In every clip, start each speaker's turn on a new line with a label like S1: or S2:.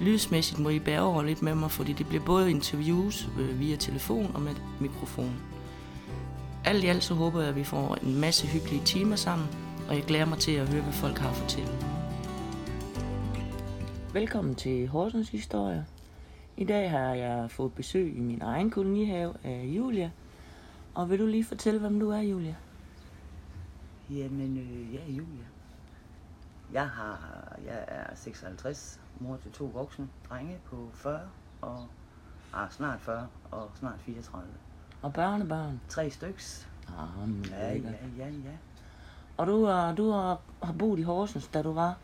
S1: Lydsmæssigt må I bære over lidt med mig, fordi det bliver både interviews øh, via telefon og med mikrofon. Alt i alt så håber jeg, at vi får en masse hyggelige timer sammen, og jeg glæder mig til at høre, hvad folk har at fortælle. Velkommen til Horsens Historie. I dag har jeg fået besøg i min egen kolonihave af Julia. Og vil du lige fortælle, hvem du er, Julia?
S2: Jamen, øh, jeg er Julia. Jeg, har, jeg er 56, mor til to voksne drenge på 40 og ah, snart 40 og snart 34.
S1: Og børnebørn?
S2: Tre styks.
S1: Ah, men
S2: Ja,
S1: lækkert.
S2: ja, ja, ja.
S1: Og du, er, du har, har boet i Horsens, da du var?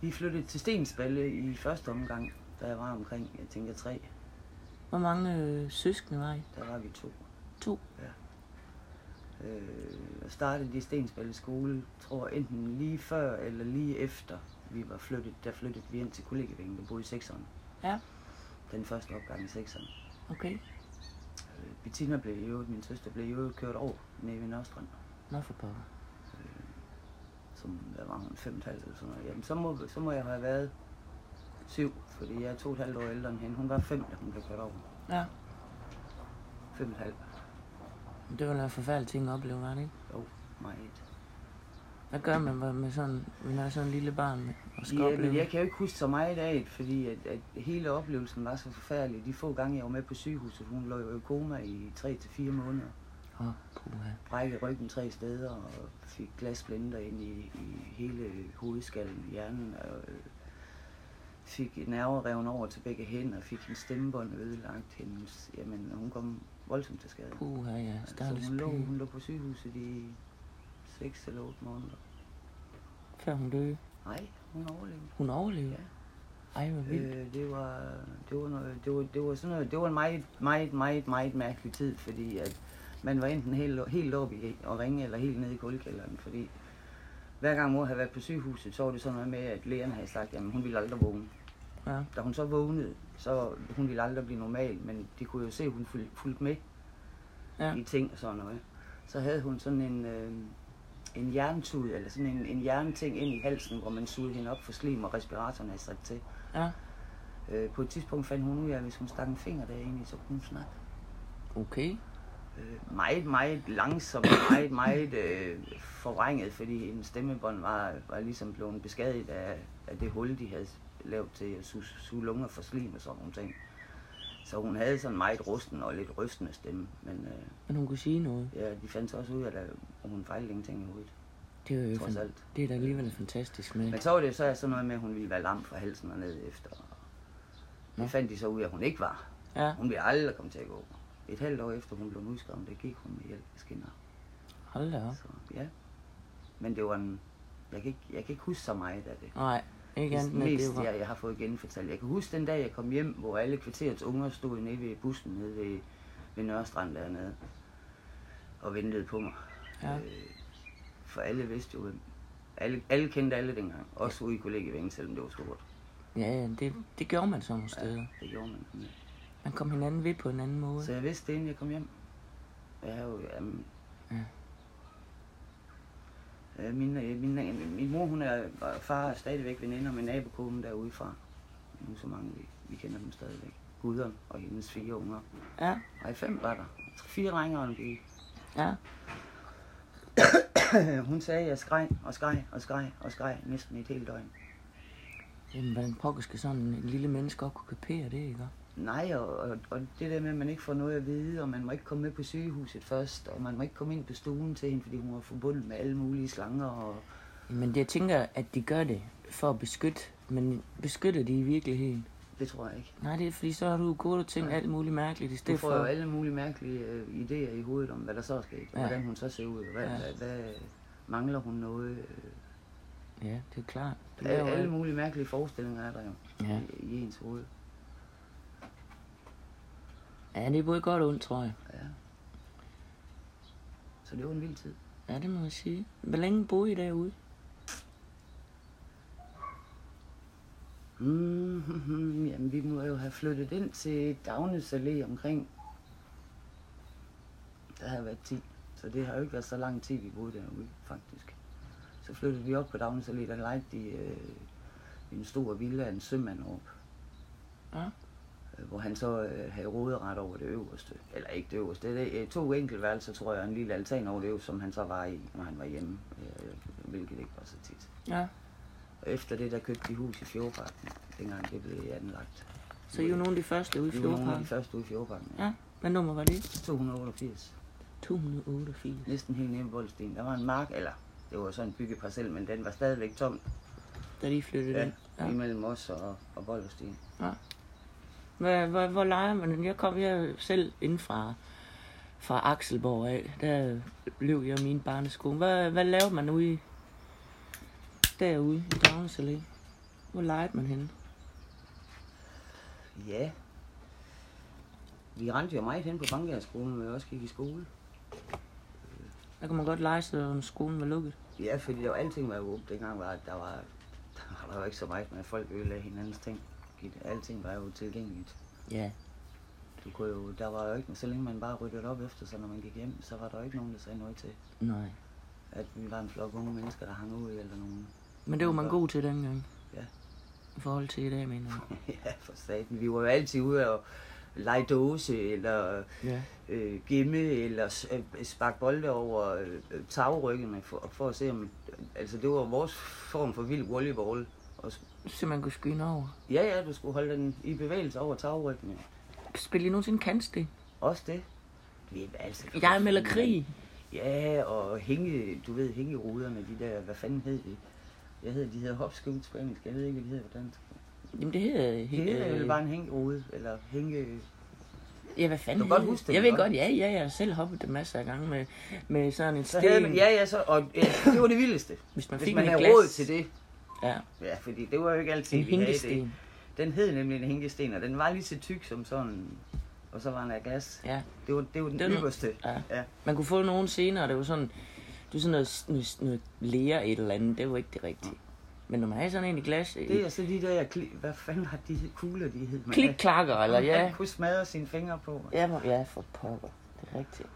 S2: Vi flyttede til Stensballe i første omgang, da jeg var omkring, jeg tænker tre.
S1: Hvor mange øh, søskende var I?
S2: Der var vi to.
S1: To.
S2: Øh, og startede i Stensballe skole, tror enten lige før eller lige efter vi var flyttet. Der flyttede vi ind til kollegievingen, der boede i 6'eren.
S1: Ja.
S2: Den første opgang i 6'eren.
S1: Okay.
S2: Øh, Bettina blev i øvrigt, min søster blev i øvrigt kørt over nede ved Nørstrand,
S1: Nå for pokker.
S2: som der var hun fem og et halvt eller sådan noget. Jamen, så må, så må jeg have været syv, fordi jeg er to og et halvt år ældre end hende. Hun var fem, da hun blev kørt over.
S1: Ja.
S2: Fem og et halvt.
S1: Det var en forfærdelig ting at opleve, var det ikke?
S2: Jo, meget.
S1: Hvad gør man med, med sådan, med når sådan en lille barn med, og skal
S2: Ja,
S1: opleve?
S2: men jeg kan jo ikke huske så meget af det, fordi at, at hele oplevelsen var så forfærdelig. De få gange, jeg var med på sygehuset, hun lå jo i koma i 3 til fire måneder.
S1: Åh, puha.
S2: Brækkede ryggen tre steder og fik glasblender ind i, i hele hovedskallen, hjernen. Og, øh, fik nerver revet over til begge hænder, fik hendes stemmebånd ødelagt. Hendes, jamen, hun kom voldsomt til skade.
S1: Puha, ja. Stakkels
S2: Så Altså, hun lå,
S1: pige,
S2: hun lå på sygehuset i 6 eller 8 måneder.
S1: før hun døde.
S2: Nej, hun overlevede.
S1: Hun overlevede?
S2: Ja.
S1: Ej, hvor vildt.
S2: Øh, det var det var noget, det var, det var sådan noget, det var en meget, meget, meget, meget mærkelig tid, fordi at man var enten helt, helt oppe i at ringe, eller helt nede i kuldekælderen, fordi hver gang mor havde været på sygehuset, så var det sådan noget med, at lægerne havde sagt, at hun ville aldrig vågne.
S1: Ja.
S2: Da hun så vågnede, så hun ville aldrig blive normal, men de kunne jo se, at hun fulg- fulgte med
S1: Ja.
S2: i ting og sådan noget. Så havde hun sådan en, øh, en hjernetud, eller sådan en, en hjerneting ind i halsen, hvor man sugede hende op for slim, og respiratoren havde sat til.
S1: Ja.
S2: Øh, på et tidspunkt fandt hun ud af, at hvis hun stak en finger derinde, i, så kunne hun snakke.
S1: Okay.
S2: Øh, meget, meget langsomt, og meget, meget øh, forvrænget, fordi hendes stemmebånd var, var ligesom blevet beskadiget af, af det hul, de havde lavet til at suge, suge lunger for slim og sådan nogle ting. Så hun havde sådan meget rusten og lidt rystende stemme, men øh,
S1: Men hun kunne sige noget.
S2: ja, de fandt så også ud af, at hun fejlede ingenting i hovedet,
S1: Det er jo
S2: trods
S1: fan-
S2: alt.
S1: det er da alligevel fantastisk med.
S2: Men så var det jo så sådan noget med, at hun ville være lam fra halsen og ned efter.
S1: Nå.
S2: Det fandt de så ud af, at hun ikke var.
S1: Ja.
S2: Hun ville aldrig komme til at gå. Et halvt år efter hun blev udskrevet, der gik hun med hjælp af skinner.
S1: Hold da op.
S2: Så, ja. Men det var en... Jeg kan, ikke, jeg kan ikke huske så meget af det.
S1: Nej, ikke andet
S2: Det
S1: end, at det
S2: mest,
S1: var...
S2: jeg, jeg har fået genfortalt. Jeg kan huske den dag, jeg kom hjem, hvor alle kvarterets unger stod nede ved bussen nede ved, ved Nørrestrand dernede og ventede på mig.
S1: Ja.
S2: Øh, for alle vidste jo, hvem. Alle, alle kendte alle dengang. Også ude i kollegievingen, selvom det var stort.
S1: Ja, ja, det, det gjorde man sådan nogle steder.
S2: Det gjorde man. Ja.
S1: Man kom hinanden ved på en anden måde.
S2: Så jeg vidste det, inden jeg kom hjem. Jeg har jo... Jamen,
S1: Ja.
S2: Øh, Min, øh, min, øh, min mor hun er, og far er stadigvæk veninder med nabokonen derude fra. Nu så mange, vi, vi kender dem stadigvæk. Guderen og hendes fire unger.
S1: Ja,
S2: Nej, fem var der. Tre- Fire drenge og en pige.
S1: ja.
S2: Hun sagde, at jeg skreg og skreg og skreg og skreg næsten et helt døgn.
S1: Jamen, hvordan pokker skal sådan en lille menneske godt kunne kapere det, ikke?
S2: Nej, og, og, og det der med, at man ikke får noget at vide, og man må ikke komme med på sygehuset først, og man må ikke komme ind på stuen til hende, fordi hun var forbundet med alle mulige slanger og
S1: Men jeg tænker, at de gør det for at beskytte, men beskytter de i virkeligheden?
S2: det tror jeg ikke.
S1: Nej, det er fordi, så har du gået og tænkt alt muligt mærkeligt i
S2: Du
S1: stedet for...
S2: får jo alle mulige mærkelige øh, idéer i hovedet om, hvad der så er sket, og
S1: Ja.
S2: hvordan hun så ser ud, og hvad,
S1: Ja.
S2: ja. hvad, hvad øh, mangler hun noget. Øh,
S1: Ja, det er klart. Du
S2: alle,
S1: laver
S2: alle
S1: alt.
S2: mulige mærkelige forestillinger er der jo
S1: Ja.
S2: i, i ens hoved.
S1: Ja, det er både godt og ondt, tror jeg.
S2: Ja. Så det var en vild tid.
S1: Ja, det må jeg sige. Hvor længe boede I derude?
S2: Mm, jamen, vi må jo have flyttet ind til Dagnes Allé omkring. Der har jeg været 10, så det har jo ikke været så lang tid, vi boede derude, faktisk. Så flyttede vi op på Dagnes Allé, der lejede de øh, en stor villa af en sømand op.
S1: Ja.
S2: øh, Hvor han så øh, havde råderet over det øverste. Eller ikke det øverste. Det er øh, to enkeltværelser, tror jeg, og en lille altan over det øverste, som han så var i, når han var hjemme. Øh, hvilket ikke var så tit.
S1: Ja.
S2: Og efter det, der købte de hus i Fjordparken, dengang det blev anlagt.
S1: Så I var nogle af de første ude i
S2: Vi var nogle af de
S1: Fjordparken?
S2: første ude i Fjordparken. Ja.
S1: Ja. Hvad nummer var det?
S2: 288.
S1: 288.
S2: Næsten helt nede i Boldsten. Der var en mark, eller det var sådan en byggeparcel, men den var stadigvæk tom
S1: Da de flyttede
S2: ja,
S1: ind.
S2: ja.
S1: Ja.
S2: imellem os og, og Boldsten.
S1: Hvor, hvor, hvor leger man den? Jeg kom jeg selv ind fra, fra Akselborg af. Der blev jeg min barnesko. Hvad, hvad lavede man ude i, derude i Dagens Allé? Hvor legede man henne?
S2: Ja. Vi rendte jo meget hen på Bankjærskolen, hvor jeg også gik i skole.
S1: Der kunne man godt lege, så skolen var lukket.
S2: Ja, fordi der var alting var jo åbent. Dengang var der, var, der var der jo ikke så meget med, at folk ødelagde hinandens ting. Alting var jo tilgængeligt.
S1: Ja.
S2: Du kunne jo, der var jo ikke, så længe man bare ryddede op efter sig, når man gik hjem, så var der jo ikke nogen, der sagde noget til,
S1: Nej.
S2: at vi var en flok unge mennesker, der hang ud eller nogen.
S1: Men det var man god til dengang.
S2: Ja.
S1: I forhold til i dag, mener jeg.
S2: ja, for satan. Vi var jo altid ude og lege dåse, eller
S1: Ja.
S2: øh, gemme, eller s- øh, sparke bolde over øh, tagryggene, for, for at se om... Altså, det var vores form for vild volleyball. Og, s-
S1: Så man kunne skyde over.
S2: ja, ja, du skulle holde den i bevægelse over tagryggene.
S1: Spiller I nogensinde kantsten?
S2: Også det. Vi, altså,
S1: Jeg melder krig.
S2: Ja, og hænge, du ved, hængeruderne, de der, hvad fanden hed de? Jeg hedder, de hedder hopskud på engelsk, jeg ved ikke, hvad de hedder på dansk.
S1: Jamen det hedder...
S2: Det hedder jo bare en hængerude, eller hænge...
S1: Ja, hvad fanden
S2: Du kan godt
S1: hed
S2: huske det,
S1: Jeg ved
S2: ikke?
S1: godt, ja, ja, jeg har selv hoppet det masser af gange med, med sådan en
S2: Så
S1: sten.
S2: havde man, ja, ja, så, og ja, det var det vildeste.
S1: Hvis man
S2: Hvis
S1: fik
S2: man
S1: den i
S2: havde
S1: glas.
S2: råd til det.
S1: Ja,
S2: Ja, fordi det var jo ikke altid,
S1: en
S2: vi havde det.
S1: hinkesten.
S2: Den hed nemlig en hængesten, og den var lige så tyk som sådan... Og så var den af glas.
S1: Ja.
S2: Det var, det var den,
S1: Den-
S2: den ypperste.
S1: ja.
S2: ja.
S1: Man kunne få nogen senere, det var sådan... Det var sådan noget, noget, noget lære et eller andet, det var ikke det rigtige. Men når man havde sådan en i glas...
S2: Det er så de der... Kli- hvad fanden har de kugler, de hed? man?
S1: Klikklakker, eller ja.
S2: Man kunne smadre sine fingre på.
S1: Ja, hvor- ja, for pokker. Det er rigtigt.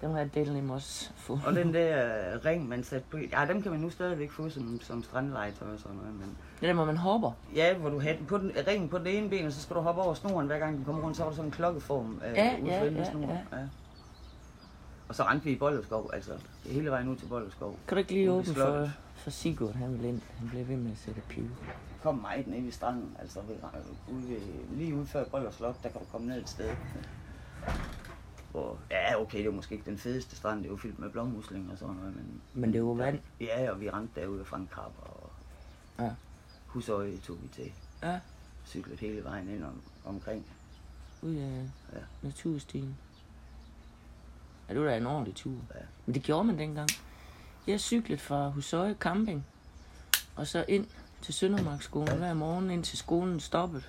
S1: Dem har jeg delt nemme også fået.
S2: Og den der øh, ring, man satte på... Ja, dem kan man nu stadigvæk få som, som strandlegetøj og sådan noget, men...
S1: Det der, hvor man hopper.
S2: Ja, hvor du havde den på den, ringen på den ene ben, og så skal du hoppe over snoren, hver gang den kommer rundt, så har du sådan en klokkeform øh,
S1: Ja,
S2: ude
S1: ja,
S2: for enden af
S1: ja,
S2: snoren.
S1: ja.
S2: Og så rendte vi i Bolleskov, altså hele vejen ud til Bolleskov.
S1: Kan du ikke lige
S2: Ude ved
S1: åbne for,
S2: slottet.
S1: for Sigurd? Han vil ind. Han bliver ved med at sætte pive.
S2: Kom meget ned ved stranden, altså ved, ude ved, lige ude før Boller Slot, der kan du komme ned et sted. Hvor, ja, okay, det var måske ikke den fedeste strand, det var fyldt med blommuslinger og sådan noget, men
S1: Men det var vand.
S2: Ja, og vi rendte derude fra en krabber og
S1: Ja.
S2: husøje tog vi til.
S1: Ja.
S2: Cyklede hele vejen ind om, omkring.
S1: Ud af
S2: Ja.
S1: naturstien. Ja, det var da en ordentlig tur.
S2: Ja.
S1: Men det gjorde man dengang. Jeg cyklede fra Husøje Camping, og så ind til Søndermarkskolen hver morgen, indtil skolen stoppede.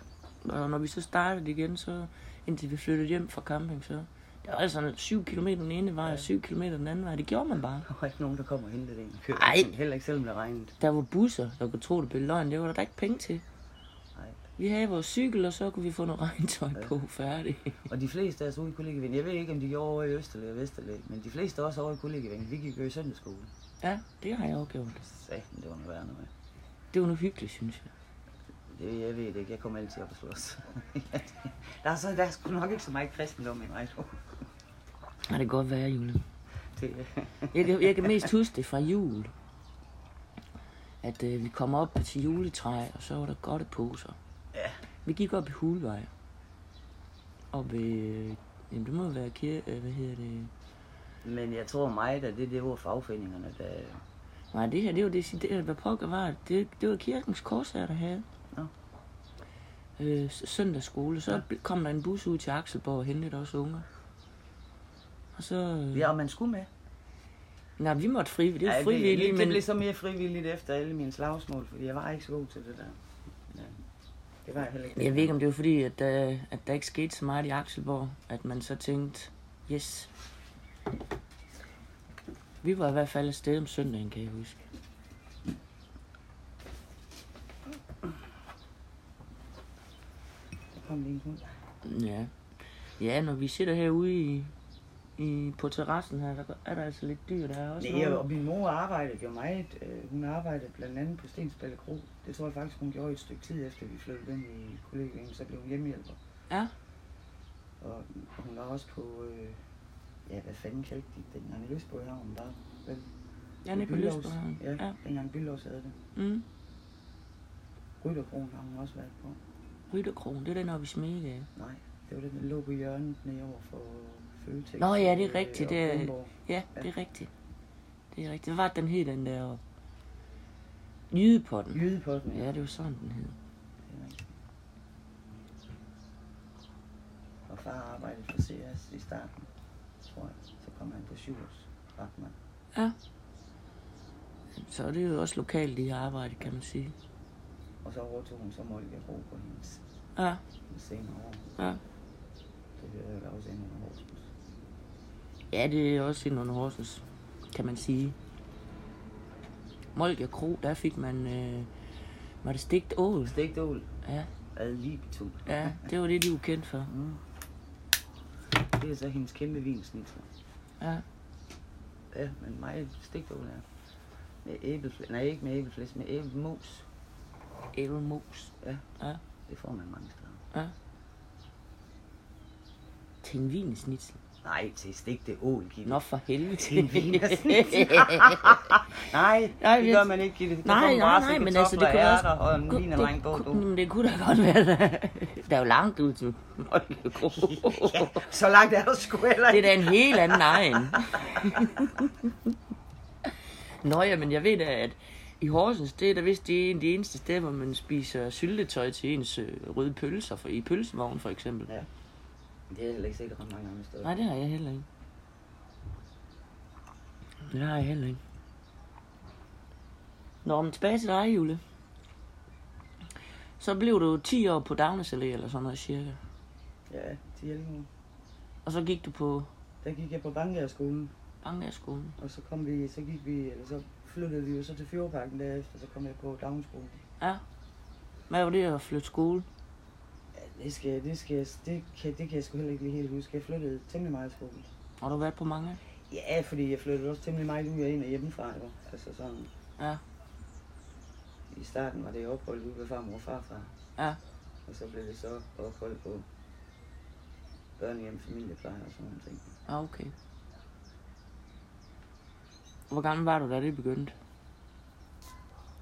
S1: Og når vi så startede igen, så indtil vi flyttede hjem fra camping, så... Det var altså 7 km den ene vej, og 7 km den anden vej. Det gjorde man bare.
S2: Der var ikke nogen, der kom og hentede en. Kørte
S1: Ej.
S2: den, Heller ikke selvom det regnede.
S1: Der var busser, der kunne tro, det blev løgn. Det var der da ikke penge til.
S2: Nej.
S1: Vi havde vores cykel, og så kunne vi få noget regntøj på færdig.
S2: Og de fleste af os ude i kollegievingen, jeg ved ikke, om de gjorde over i Østerlæ og Vesterlæ, men de fleste også over i kollegievingen, vi gik jo i søndagsskole.
S1: Ja, det har jeg også gjort.
S2: Satan, det var noget værre noget.
S1: Det var noget hyggeligt, synes jeg.
S2: Det, jeg ved det ikke, jeg kom altid op og slås. der, er så, der er sgu nok ikke så meget kristendom i mig, tror jeg.
S1: Ja, det kan godt være, Julie.
S2: Det-
S1: Jeg kan, jeg kan mest huske det fra jul. At øh, vi kom op til juletræ, og så var der godt poser.
S2: Ja.
S1: Vi gik op i Hulvej. Og ved... Øh, jamen, det må være kir... Øh, hvad hedder det?
S2: Men jeg tror meget, at det, det var fagforeningerne, der...
S1: Nej, det her, det var decideret, hvad pokker var det? det? Det var kirkens korsager, der havde.
S2: Nå.
S1: Øh, s- søndagsskole. Så ja. kom der en bus ud til Akselborg og hentede også unger. Og så... Øh, ja.
S2: Ja, og man skulle med.
S1: Nej, vi måtte frivilligt. Det var
S2: Ej,
S1: ja, frivilligt,
S2: det,
S1: men...
S2: det blev så mere frivilligt efter alle mine slagsmål, fordi jeg var ikke så god til det der. Ja. Det var jeg heller ikke.
S1: Jeg ved ikke, om det var fordi, at, øh, at der ikke skete så meget i Akselborg, at man så tænkte, yes. Vi var i hvert fald afsted om søndagen, kan jeg huske.
S2: Der kom lige en hund.
S1: Ja. Ja, når vi sidder herude i, i, på terrassen her, der er der altså lidt dyr, der er også
S2: Nej, og min mor arbejdede jo meget. Øh, Hun arbejdede blandt andet på Stensballe Kro. Det tror jeg faktisk, hun gjorde i et stykke tid efter, vi flyttede ind i kollegiet, så blev hun hjemmehjælper.
S1: Ja.
S2: Og hun var også på, øh, ja, hvad fanden kaldte de det dengang? Løsborg Havn bare.
S1: Jeg er nede på
S2: Bylås.
S1: Løsborg.
S2: Ja,
S1: ja.
S2: ja, dengang Bylås havde det.
S1: Mm.
S2: Rytterkronen har hun også været på.
S1: Rytterkrogen, det er den oppe i Smedegade.
S2: Nej, det var den, der lå på hjørnet nede over for Føtex.
S1: Nå ja, det er
S2: øh,
S1: rigtigt,
S2: og
S1: det er-
S2: Kronborg.
S1: Ja,
S2: Ja.
S1: det er rigtigt. Det er rigtigt. Hvad var det, den hed, den der? Jydepotten.
S2: Jyde på den,
S1: Ja, det var sådan, den hed.
S2: Og far arbejdede for CS i starten, tror jeg. Så kom han på Sjurs Ratman.
S1: Så er det jo også lokalt, de har arbejdet, kan man sige.
S2: Og så overtog hun så Molke Ro på hendes
S1: Ja,
S2: hendes senere år.
S1: ja.
S2: Det hører jeg da også ind under Horsens.
S1: Ja, det er også ind under Horsens, kan man sige. Molke Kro, der fik man... Øh, var det stegt ål?
S2: Stegt ål
S1: Ja,
S2: ad libitum.
S1: ja, det var det, de var kendt for.
S2: Mm. Det er så hendes kæmpe vinsnitler.
S1: Ja.
S2: Ja, men mig stegt ål er med æbleflæs. Nej, ikke med æbleflæs, med æblemos.
S1: Æbelmos.
S2: Det får man mange steder.
S1: Til en vinesnitzel.
S2: Nej, til stegte ål, Gitte.
S1: Nå for helvede.
S2: Til en wienersnitzel. Nej,
S1: Nej,
S2: det
S1: men-
S2: gør man ikke, Gitte. Der
S1: Nej,
S2: kommer
S1: nej,
S2: rase
S1: nej, men altså,
S2: kartofler,
S1: det kunne også...
S2: ærter Og en
S1: kunne-
S2: vin og lang
S1: det,
S2: båd,
S1: kunne-
S2: du.
S1: men det kunne da godt være, der, der er jo langt ud til Molke Kro.
S2: Så langt er der sgu heller
S1: Det er
S2: ikke.
S1: da en helt anden egen. Nå ja, men jeg ved da, at i Horsens, det er da vist det en af de eneste steder, hvor man spiser syltetøj til ens øh, røde pølser, for, i pølsevogn for eksempel.
S2: Ja. Det er heller ikke sikkert ret mange andre steder.
S1: Nej, det har jeg heller ikke. Det har jeg heller ikke. Nå, men tilbage til dig, Jule. Så blev du 10 år på Dagnes Allé eller sådan noget cirka.
S2: Ja, til Hjelming.
S1: Og så gik du på
S2: Der gik jeg på Banklærerskolen,
S1: Banglærerskolen.
S2: og så kom vi, så gik vi, eller så flyttede vi jo så til Fjordparken derefter, så kom jeg på Dagnskolen.
S1: Hvad var det at flytte skole?
S2: Ja, det skal, det skal, det kan, det kan jeg sgu heller ikke lige helt huske. Jeg flyttede temmelig meget i skolen.
S1: Har du været på mange?
S2: Ja, fordi jeg flyttede også temmelig meget ud og ind og hjemmefra, jo. Altså sådan.
S1: Ja.
S2: I starten var det ophold ude ved farmor og farfar.
S1: Ja.
S2: Og så blev det så ophold på børnehjem, familiepleje og sådan nogle ting.
S1: Ah, okay. Hvor gammel var du, da det begyndte?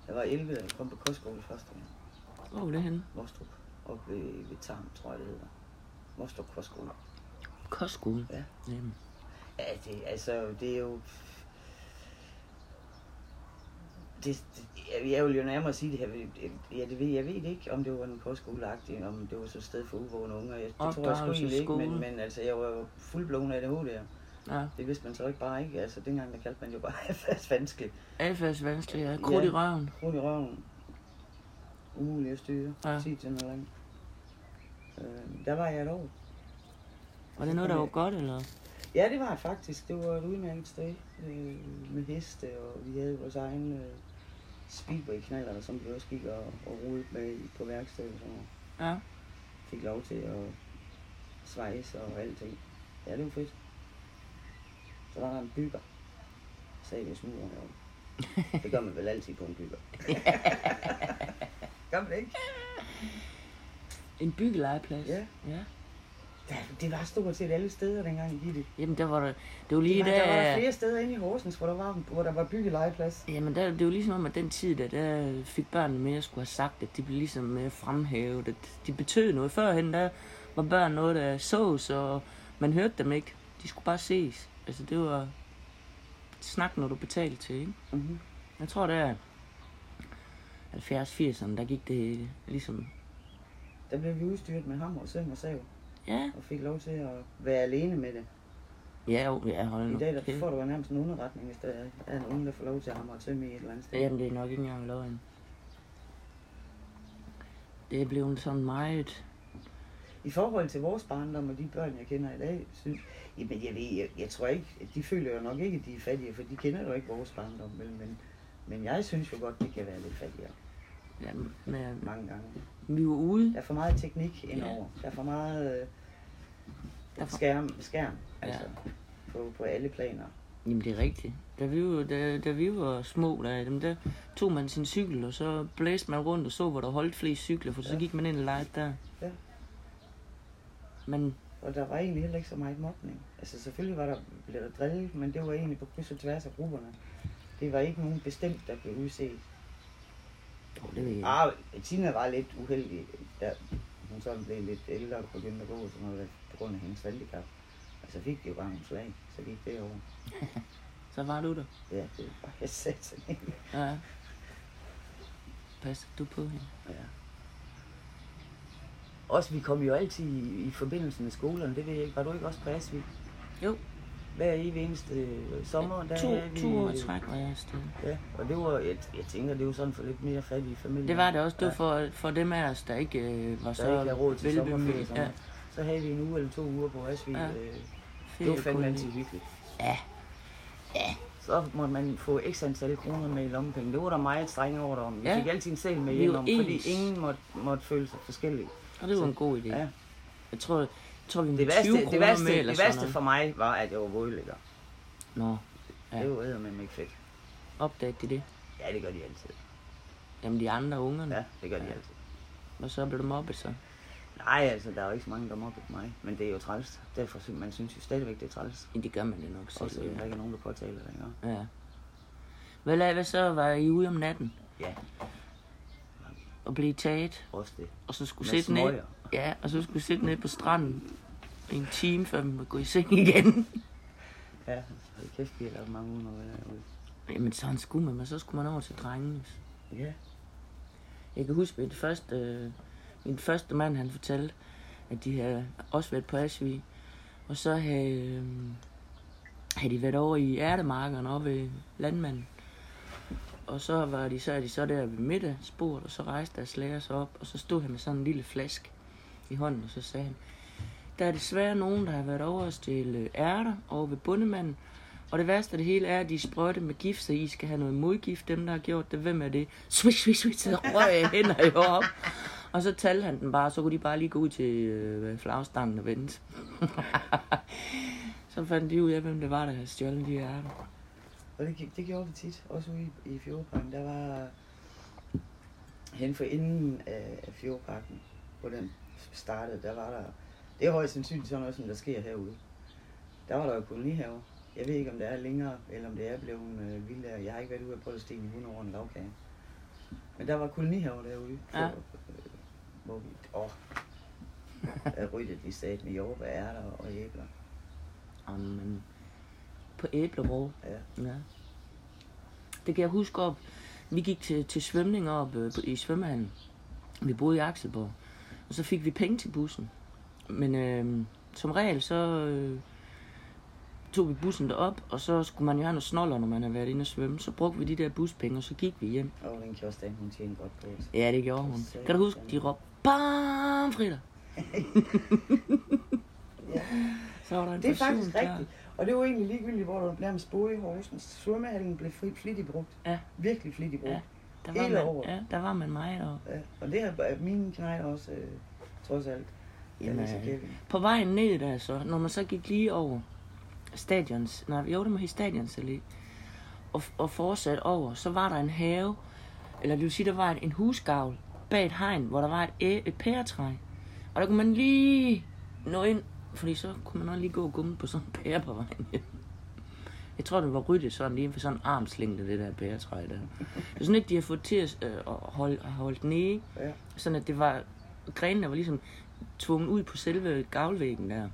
S2: Jeg var 11, da jeg kom på kostskole første gang.
S1: Hvor var det henne?
S2: Vostrup. Oppe ved, ved Tarm, tror jeg det hedder. Vostrup Kostskole.
S1: Kostskole.
S2: Ja.
S1: Jamen.
S2: Ja, det, altså, det er jo... Det, det, jeg, jeg vil jo nærmere sige det her. Ja, det ved, jeg ved ikke, om det var en kostskoleagtig, om det var så et sted for uvågne unge. Jeg, det tror jeg sgu egentlig ikke, men,
S1: Opdragelsesskole.
S2: men altså, jeg var jo fuldblåen ADHD. Ja.
S1: Ja.
S2: Det vidste man så ikke bare ikke. Altså, dengang der kaldte man jo bare svenske.
S1: Adfærdsvanskelig, ja. Krudt i
S2: Ja.
S1: røven.
S2: Rundt i røven. Umuligt at styre.
S1: Ja.
S2: Ja. Sige til noget langt. Øh, der var jeg et år.
S1: Var det noget, der var
S2: Okay.
S1: godt, eller?
S2: Ja, det var det faktisk. Det var et udmærket sted øh, med heste, og vi havde vores egen øh, speedway knaller, som vi også gik og, og rodede med i- på værkstedet, og
S1: Ja.
S2: fik lov til at svejse og alting. Ja, det var fedt. Så var der en bygger, sagde vi smuren jo. Det gør man vel altid på en bygger. gør man ikke?
S1: En byggelegeplads.
S2: Ja.
S1: ja.
S2: Ja, det var stort set alle steder dengang, Gitte.
S1: Jamen, der var der... Det var lige
S2: Der,
S1: der...
S2: der var der flere steder inde i Horsens, hvor der var, hvor der var byggelegeplads.
S1: Jamen, der, det var ligesom om, at den tid, der, der fik børnene mere at skulle have sagt, at de blev ligesom mere fremhævet, at de betød noget. Førhen, der var børn noget, der sås, og man hørte dem ikke. De skulle bare ses. Altså, det var snak, når du betalte til, ikke?
S2: Mm-hmm.
S1: Jeg tror, det er 70-80'erne, der gik det ligesom...
S2: Der blev vi udstyret med hammer, søm og sav,
S1: Ja,
S2: og fik lov til at være alene med det.
S1: ja, jo, ja hold
S2: I
S1: nu.
S2: dag der
S1: kæft.
S2: får du jo nærmest en underretning, hvis der er en unge, der får lov til at hamre og søm i et eller andet sted.
S1: Jamen, det er nok ikke engang løgn. Det er blevet sådan meget...
S2: I forhold til vores barndom og de børn, jeg kender i dag, synes, jamen jeg, ved, jeg, jeg tror ikke, de føler jo nok ikke, at de er fattige, for de kender jo ikke vores barndom, vel, men, men jeg synes jo godt, de kan være lidt fattigere
S1: Ja, men,
S2: mange gange.
S1: vi var ude.
S2: Der er for meget teknik
S1: Ja.
S2: indover. Der er for meget øh,
S1: Der er for-
S2: skærm, skærm
S1: Ja.
S2: altså, på, på alle planer.
S1: Jamen, det er rigtigt. Da vi, var, da, da vi var små, der, jamen, der tog man sin cykel, og så blæste man rundt og så, hvor der holdt flest cykler, for så
S2: Ja.
S1: gik man ind og legede der.
S2: Ja.
S1: Men
S2: Og der var egentlig heller ikke så meget mobning. Altså selvfølgelig var der, blev der drillet, men det var egentlig på kryds og tværs af grupperne. Det var ikke nogen bestemt, der blev udset.
S1: oh, det ved jeg. ikke.
S2: Ah, Tina var lidt uheldig, da hun sådan blev lidt ældre og begyndte at gå og sådan noget på grund af hendes handicap. Og så fik det jo bare nogle slag, så gik det over.
S1: Så var du der.
S2: Ja, det var jeg sat ikke.
S1: Ja. Pas du på hende.
S2: Ja. Også, vi kom jo altid i, i forbindelse med skolerne, det ved jeg ikke. Var du ikke også på Asvig?
S1: Jo.
S2: Hver evig eneste øh, sommer, der
S1: to,
S2: havde vi...
S1: to år i træk var jeg afsted.
S2: Ja, og det var, jeg, jeg tænker, det var sådan for lidt mere fattige familier.
S1: Det var det også. Det var
S2: Ja,
S1: for, for dem af os, der ikke øh, var
S2: der
S1: så
S2: ikke havde råd til sommerferie.
S1: velbemidlet.
S2: sådan noget. Så havde vi en uge eller to uger på Asvig.
S1: Ja.
S2: Ja. Øh, det var fandme
S1: feriekoloni.
S2: altid hyggeligt.
S1: Ja.
S2: Så måtte man få x antal kroner med i lommepenge. Det var der meget strenge over om. Vi
S1: Ja.
S2: fik altid en sal med
S1: Vi
S2: hjem
S1: var
S2: om, fordi
S1: ens.
S2: ingen måtte, måtte føle sig forskellige.
S1: Og det var
S2: Så-
S1: en god idé.
S2: Ja.
S1: Jeg tror, jeg tror vi med
S2: Det
S1: 20
S2: værste,
S1: kroner
S2: det værste,
S1: med eller
S2: det
S1: sådan
S2: værste for mig var, at jeg var vådlægger.
S1: noget. Nå, Ja.
S2: Ja. Det var med ikke fedt.
S1: opdagede de det?
S2: Ja, det gør de altid.
S1: Jamen de andre ungerne.
S2: Ja, det gør de
S1: Ja.
S2: altid.
S1: Og så blev det mobbet så.
S2: Nej, altså, der er jo ikke så mange, der mobber mig. Men det er jo træls. Derfor synes man synes jo stadigvæk, det er træls.
S1: Ja, det gør man det nok selv.
S2: Også, at der
S1: ja.
S2: ikke er nogen, der påtaler det, ikke?
S1: ja. Vel af, hvad så var I ude om natten
S2: Ja,
S1: og blev taget,
S2: også det.
S1: og så skulle
S2: Med
S1: sidde ned.
S2: smøger.
S1: Ja, og så skulle sidde ned på stranden en time, før man måtte gå i seng igen.
S2: Ja, hold kæft, vi har lavet mange uger derude.
S1: Jamen sådan skulle man, men så skulle man over til drengene.
S2: Ja,
S1: Jeg kan huske min første, øh, min første mand, han fortalte, at de havde også været på Asvig. Og så havde, øh, havde de været over i ærtemarkerne oppe ved landmanden. Og så var de så, er de så der ved middagsbordet, og så rejste deres lærer sig op, og så stod han med sådan en lille flaske i hånden, og så sagde han, der er desværre nogen, der har været over og stjæle øh, ærter over ved bundemanden, og det værste af det hele er, at de er sprøjte med gift, så I skal have noget modgift, dem der har gjort det. Hvem er det? Swish, swish, swish, så røg jeg hænder jo op. Og så talte han den bare, og så kunne de bare lige gå ud til øh, flagstangen og vente. så fandt de ud af, hvem det var, der havde stjålet de ærter.
S2: og det, gi- det gjorde vi tit. Også ude i, i Fjordparken. Der var hen for enden af, af Fjordparken, hvor den startede, der var der... Det er højst sandsynligt sådan noget, som der sker herude. Der var der jo kolonihaver. Jeg ved ikke, om det er længere, eller om det er blevet øh, vildere. Jeg har ikke været ude af Polsten i 100 år en lavkage. Men der var kolonihaver derude.
S1: Ja.
S2: øh, Hvor vi... Åh, der ryddede vi sat med jordbær, ærter og æbler.
S1: Og, men, på æblerå.
S2: Ja.
S1: Ja. Det kan jeg huske op. Vi gik til, til svømning op øh, i svømmehallen. Vi boede i Akselborg. Og så fik vi penge til bussen. Men øh, som regel, så øh, tog vi bussen derop, og så skulle man jo have noget snoller, når man havde været inde og svømme. Så brugte vi de der buspenge, og så gik vi hjem.
S2: Og den kiosk, den hun tjener godt på. altså.
S1: Ja, det gjorde hun. Kan du huske, de råbte, bam, Frida.
S2: Ja.
S1: Så var der en
S2: Det er
S1: person
S2: faktisk
S1: klar.
S2: rigtigt. Og det var egentlig ligegyldigt, hvor der nærmest boede i Horsens. Svømmehallen blev fri, flittigt brugt.
S1: Ja.
S2: Virkelig flittigt brugt.
S1: Ja.
S2: Ja.
S1: Der var,
S2: Hele
S1: man,
S2: året.
S1: ja, der var man meget og
S2: Ja. Og det har øh, mine knejder også, øh, trods alt.
S1: Jamen,
S2: Dennis og Kevin.
S1: På vejen ned der så, når man så gik lige over stadions, nej, jo, det må hedde Stadions Allé, og, og fortsat over, så var der en have, eller det vil sige, der var en, en husgavl bag et hegn, hvor der var et, æ, et pæretræ. Og der kunne man lige nå ind, fordi så kunne man også lige gå og gumme på sådan en pære på vejen hjem. Jeg tror, det var ryddet sådan lige for sådan en armslængde, det der pæretræ der. Det er sådan ikke, de har fået til at øh, at holde, at holde nede,
S2: Ja.
S1: sådan at det var, grenene var ligesom tvunget ud på selve gavlvæggen der.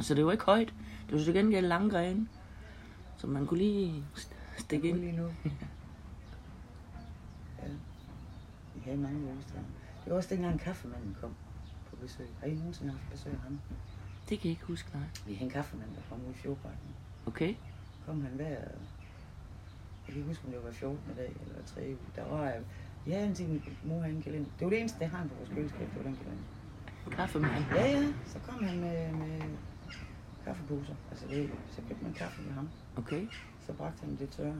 S1: Så det var ikke højt. Det var så igen de lange grene. Så man kunne lige st- stikke
S2: Kun
S1: ind.
S2: lige nu. ja. Vi havde mange gode steder. Det var også dengang kaffemanden kom på besøg. Har I nogensinde haft besøg af ham?
S1: Det kan jeg ikke huske, nej.
S2: Vi havde en kaffemand, der kom ud i fjordbakken.
S1: Okay?
S2: kom han hver... Jeg kan ikke huske, om det var 14. dag eller 3. uge. Der var, øh, Ja, han siger, mor har en kalender. Det var det eneste, der har han på vores køleskab, det var den kalender.
S1: Kaffe med ham.
S2: Ja, ja, så kom han med, med kaffeposer. Altså, det, så købte man kaffe med ham.
S1: Okay.
S2: Så bragte han det tørre.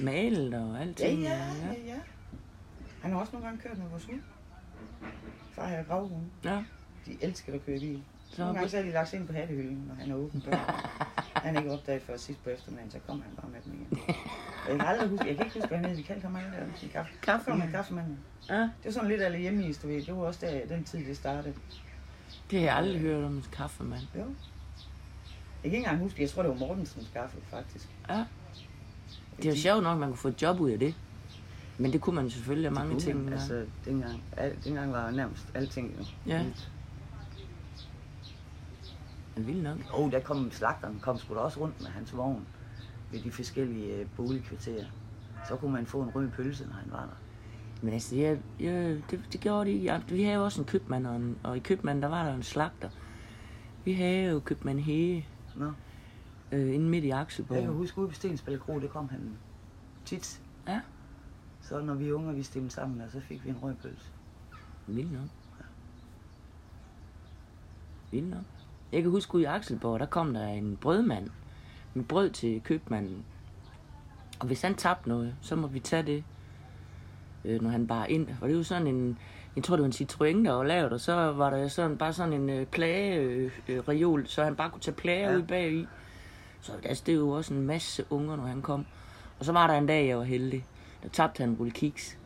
S1: Malet og alt
S2: Ja, ja, ja, ja. Han har også nogle gange kørt med vores hund. Far har gravhunde.
S1: ja.
S2: De elsker at køre i bil.
S1: Så-
S2: Nogle gange så har de lagt sig ind på hattehylden, når han er åben dør. Han er ikke opdaget før sidst på eftermiddagen, så kom han bare med dem igen. Jeg kan aldrig huske, jeg kan ikke huske, hvad han hed. Vi kaldte ham aldrig der sin kaffe. Kaffemanden. Kaffemanden.
S1: ja.
S2: Det var sådan lidt alle hjemme i, du ved. Det var også der, den tid, det startede.
S1: Det har jeg aldrig hørt om en kaffemand.
S2: Jo. Jeg kan ikke engang huske, det. jeg tror, det var Mortensens kaffe, faktisk.
S1: Ja. Det er jo sjovt nok, at man kunne få et job ud af det. Men det kunne man selvfølgelig af mange ting.
S2: Uden,
S1: ja.
S2: altså, dengang, al, dengang var nærmest alting jo.
S1: Ja.
S2: nyt.
S1: Men vildt nok.
S2: Og der kom slagteren, kom sgu da også rundt med hans vogn ved de forskellige øh, boligkvarterer. Så kunne man få en rød pølse, når han var der.
S1: Men altså, ja, ja, det, det gjorde de ikke. Ja, Vi havde jo også en købmand, og, en, og i købmanden, der var der en slagter. Vi havde jo købmand Hege
S2: Nå.
S1: øh, inde midt i
S2: Jeg kan
S1: Akseborg.
S2: huske, ude på Stensballe Kro, det kom han tit.
S1: Ja,
S2: Så når vi unge, vi stemte sammen, og så fik vi en rød pølse.
S1: vildt nok. Vildt nok. Jeg kan huske, ude i Akselborg, der kom der en brødmand med brød til købmanden. Og hvis han tabte noget, så må vi tage det, øh, når han bar ind. Og det var sådan en, jeg tror det var en Citroën, der var lavet, og så var der sådan, bare sådan en øh, plagereol, øh, reol, så han bare kunne tage plager ja.
S2: Ja.
S1: ud bagi. Så der steg jo også en masse unger, når han kom. Og så var der en dag, jeg var heldig. Der tabte han en rulle kiks.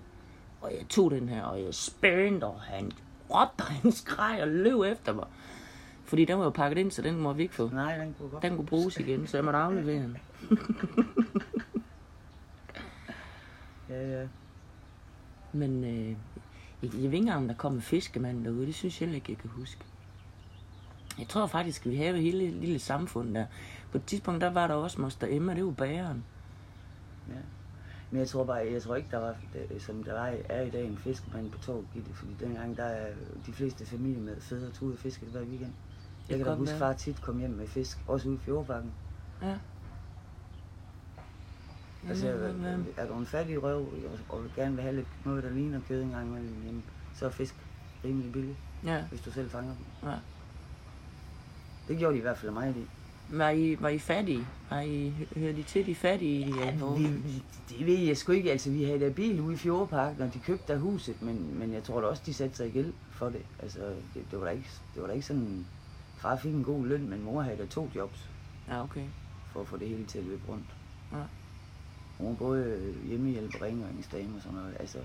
S1: Og jeg tog den her, og jeg spændte, og han råbte, og han skreg og løb efter mig. Fordi den var jo pakket ind, så den må vi ikke få.
S2: Nej, den kunne godt.
S1: Den kunne bruges igen, så jeg måtte aflevere den.
S2: Ja, ja.
S1: Men øh, jeg, jeg ved ikke engang, om der kom en fiskemand derude. Det synes jeg heller ikke, jeg kan huske. Jeg tror faktisk, at vi havde hele lille samfund der. På et tidspunkt, der var der også Moster Emma, det var bageren.
S2: ja. Men jeg tror bare, jeg tror ikke, der var, der- som der var, er i dag en fiskemand på torvet, Gitte, fordi dengang, der er de fleste familier med fædre tog ud og fiskede hver weekend. Jeg kan da
S1: godt
S2: huske,
S1: være.
S2: far tit kom hjem med fisk, også ude i fjordbakken.
S1: Ja.
S2: Altså,
S1: Ja, men,
S2: er, er du en fattig røv, og vil gerne vil have lidt noget, der ligner kød en gang imellem, jamen, så er fisk rimelig billig,
S1: Ja,
S2: hvis du selv fanger dem.
S1: ja.
S2: Det gjorde de i hvert fald af mig i.
S1: Var I, var I fattige? Var I, hørte I til de fattige? i, øh, Norge?
S2: Vi, vi, det ved jeg sgu ikke. Altså, vi havde der bil ude i Fjordparken, og de købte der huset, men, men jeg tror da også, de satte sig i gæld for det. Altså, det, det, var da ikke, det var da ikke sådan... Far fik en god løn, men mor havde da to jobs
S1: Ja, okay.
S2: for at få det hele til at løbe rundt.
S1: Ja.
S2: Hun var både hjemmehjælp, rengøringsdame og sådan noget. Altså,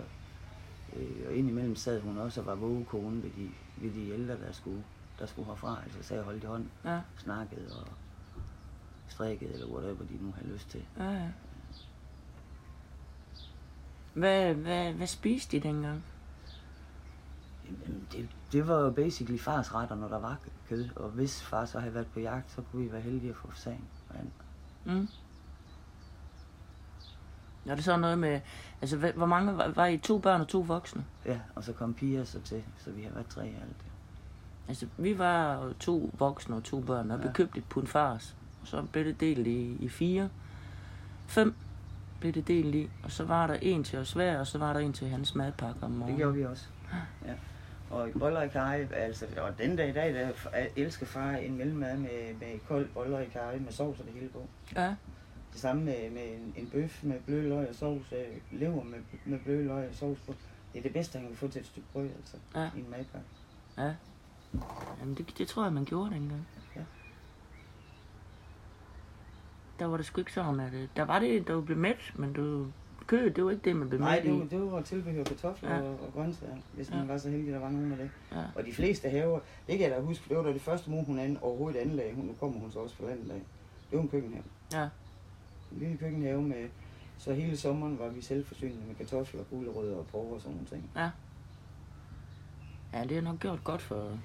S2: øh, og indimellem sad hun også og var vågekone ved de, ved de ældre, der skulle, der skulle herfra. Altså sagde holdt i hånd,
S1: Ja,
S2: snakkede og strikkede, eller whatever de nu havde lyst til.
S1: ja, ja. Hvad, hvad, hvad spiste I dengang?
S2: Jamen, det, det var jo basically fars retter, når der var kød. Og hvis far så havde været på jagt, så kunne vi være heldige at få sagen.
S1: Mm. Var det så noget med, altså hvad, hvor mange, var, var I to børn og to voksne?
S2: Ja, og så kom piger så til, så vi har været tre i alt.
S1: Altså vi var jo to voksne og to børn, og ja. vi
S2: Ja.
S1: købte et pund fars. Og så blev det delt i, i fire. Fem blev det delt i, og så var der en til os hver, og så var der en til hans madpakke om morgenen.
S2: Det gjorde vi også. Ja. Og i boller i karry, altså, og den dag i dag, der f- elsker far en mellemmad med, med kold boller i karry med sovs og det hele på.
S1: Ja,
S2: Det samme med, med en, en bøf med blødløg og sovs, øh, lever med, med blødløg og sovs på. Det er det bedste, han kan få til et stykke brød, altså,
S1: Ja.
S2: i en madpakke.
S1: ja. Jamen det, det tror jeg, man gjorde dengang.
S2: Ja.
S1: Der var det sgu ikke sådan, at... øh, Der var det, der blev mæt, men du... Kødet, det var ikke det, man blev
S2: Nej,
S1: mæt i.
S2: det var, det var tilbehør kartofler
S1: Ja.
S2: ja. og, og grøntsager, hvis
S1: Ja.
S2: ja. man var så heldig, der var nogen af det.
S1: Ja.
S2: Og de fleste haver, det kan jeg da huske, for det var da det første mor, hun an, overhovedet anlagde. Hun, nu kommer hun så også fra landet af. Det var en køkkenhave.
S1: Ja.
S2: En lille køkkenhave med, så hele sommeren var vi selvforsynende med kartofler, gulerødder og porre og sådan nogle ting.
S1: Ja, det har nok gjort godt for, for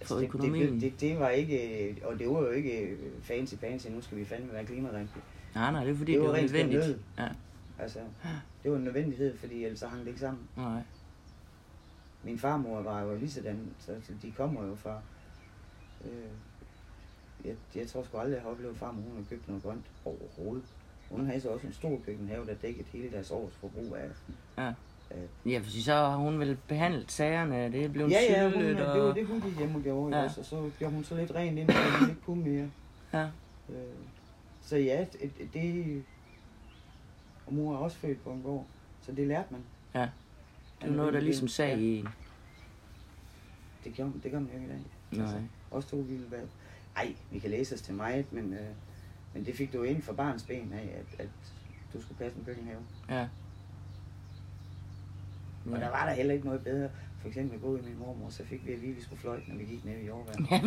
S2: Altså, det,
S1: økonomien.
S2: Det, det, det, var ikke, og det var jo ikke fancy fancy, nu skal vi fandme være klimarigtige.
S1: nej, nej, det er fordi,
S2: det
S1: det,
S2: var
S1: var
S2: rent skær
S1: nødvendigt.
S2: nød.
S1: Ja,
S2: Altså,
S1: Ja.
S2: det var en nødvendighed, fordi ellers så hang det ikke sammen.
S1: nej.
S2: Min farmor var jo lige sådan, så så de kommer jo fra... Øh, jeg, jeg tror sgu aldrig, jeg har oplevet at farmor, hun har købt noget grønt overhovedet. Hun havde så også en stor køkkenhave, der dækkede hele deres års forbrug af
S1: Ja.
S2: Øh.
S1: Ja, fordi så har hun vel behandlet sagerne, og det er blevet
S2: Ja, ja, hun,
S1: syltet,
S2: øh,
S1: og...
S2: det var det, hun gik hjem og gjorde, ikke
S1: Ja.
S2: også? Og så gjorde hun så lidt rent ind, fordi hun ikke kunne mere.
S1: Ja.
S2: Øh, så ja, det, det... Og mor er også født på en gård, så det lærte man.
S1: Ja. Det var noget, der ligesom sagde i en.
S2: Det gør, det gør man jo ikke i dag.
S1: Nej.
S2: Også to vilde valg. Ej, vi kan læse os til meget, men, øh, men det fik du ind for barns ben af, at, at du skulle passe en køkkenhave.
S1: Ja.
S2: Ja. Og der var der heller ikke noget bedre. For eksempel at gå i min mormor, så fik vi at vide, at vi skulle fløjte, når vi gik ned i overvær.
S1: Ja,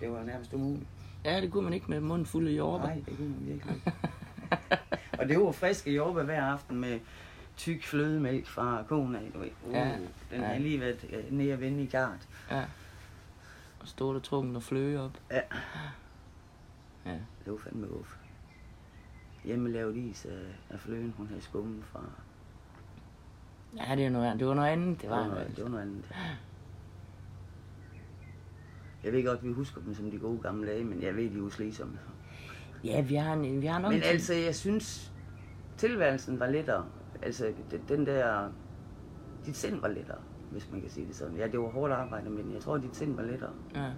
S2: Det var jo nærmest umuligt.
S1: ja, det kunne man ikke med munden fuld af jordbær.
S2: Nej, det kunne man virkelig ikke. og det var friske jordbær hver aften med tyk flødemælk fra konen af. Du ved. Uh,
S1: Ja,
S2: Den
S1: ja.
S2: har lige været øh, nede og vende i gart.
S1: Ja. Og stå der trunken og fløge op.
S2: Ja.
S1: Ja.
S2: Det var fandme uff. Hjemmelavet is af, af fløen, hun havde skummet fra.
S1: Ja, det, er noget, andet. det var noget andet. Det var,
S2: det, var, noget- det var noget andet. Jeg ved godt, at vi husker dem som de gode gamle dage, men jeg ved, de er uslæsomme.
S1: Ja, vi har, en, vi har nok...
S2: Men
S1: en-
S2: altså, jeg synes, tilværelsen var lettere. Altså, den- den der... Dit sind var lettere, hvis man kan sige det sådan. Ja, det var hårdt arbejde, men jeg tror, dit sind var lettere.
S1: Ja. Det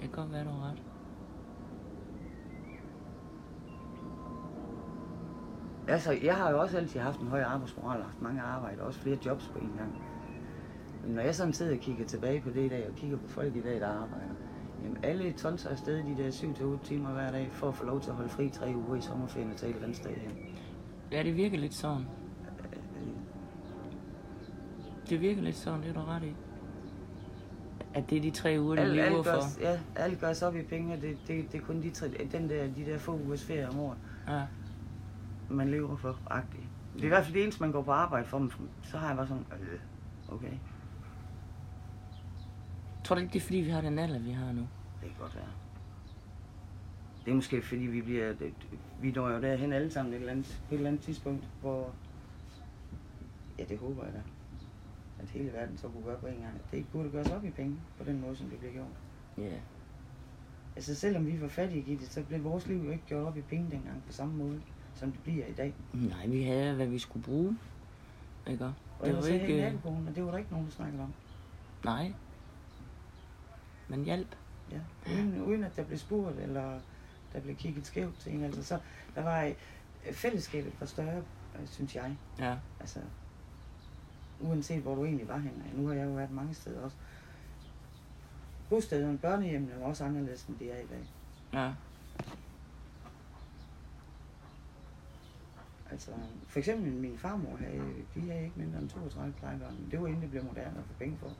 S1: kan godt være, du har ret.
S2: Altså, jeg har jo også altid haft en høj arbejdsmoral og haft mange arbejder, også flere jobs på en gang. Men når jeg sådan sidder og kigger tilbage på det i dag, og kigger på folk i dag, der arbejder, jamen alle tonser afsted de der 7-8 timer hver dag, for at få lov til at holde fri tre uger i sommerferien og tage et eller andet sted Øh, hen.
S1: Ja, det virker lidt sådan. Det virker lidt sådan, det er du ret i. At det er de tre uger, de
S2: Alt,
S1: lever
S2: alt,
S1: for.
S2: gørs, ja, alt gørs op i penge, og det, det, det er kun de, tre, den der, de der få ugers ferie om året,
S1: Ja.
S2: man lever for, agtigt. Det er i hvert fald det eneste, man går på arbejde for, men så har jeg bare sådan, øh, okay,
S1: Tror du ikke, det er fordi, vi har den alder, vi har nu?
S2: Det kan godt være. Det er måske fordi, vi bliver... det- Vi når jo derhen alle sammen et eller andet, på et eller andet tidspunkt, hvor... Ja, det håber jeg da. At hele verden så kunne gøre på en gang. At det ikke burde gøres op i penge på den måde, som det blev gjort.
S1: Ja.
S2: Altså selvom vi var fattige, Gitte, så blev vores liv jo ikke gjort op i penge dengang på samme måde, som det bliver i dag.
S1: Nej, vi havde, hvad vi skulle bruge. Ikke?
S2: Og
S1: Det
S2: det var
S1: var
S2: så ikke...
S1: ikke-
S2: nabokonen, og det var der ikke nogen, der snakkede om.
S1: Nej. Men hjælp.
S2: Ja. Uden, uden at der blev spurgt, eller der blev kigget skævt til en. Altså, så der var... øh, Fællesskabet var større, øh, synes jeg.
S1: Ja.
S2: Altså, uanset hvor du egentlig var henne. Nu har jeg jo været mange steder også. Bostederne, børnehjemmene er også anderledes, end de er i dag.
S1: Ja.
S2: Altså, for eksempel min farmor havde, de havde ikke mindre end 32 plejebørn. men Det var inden det blev moderne at få penge for. Det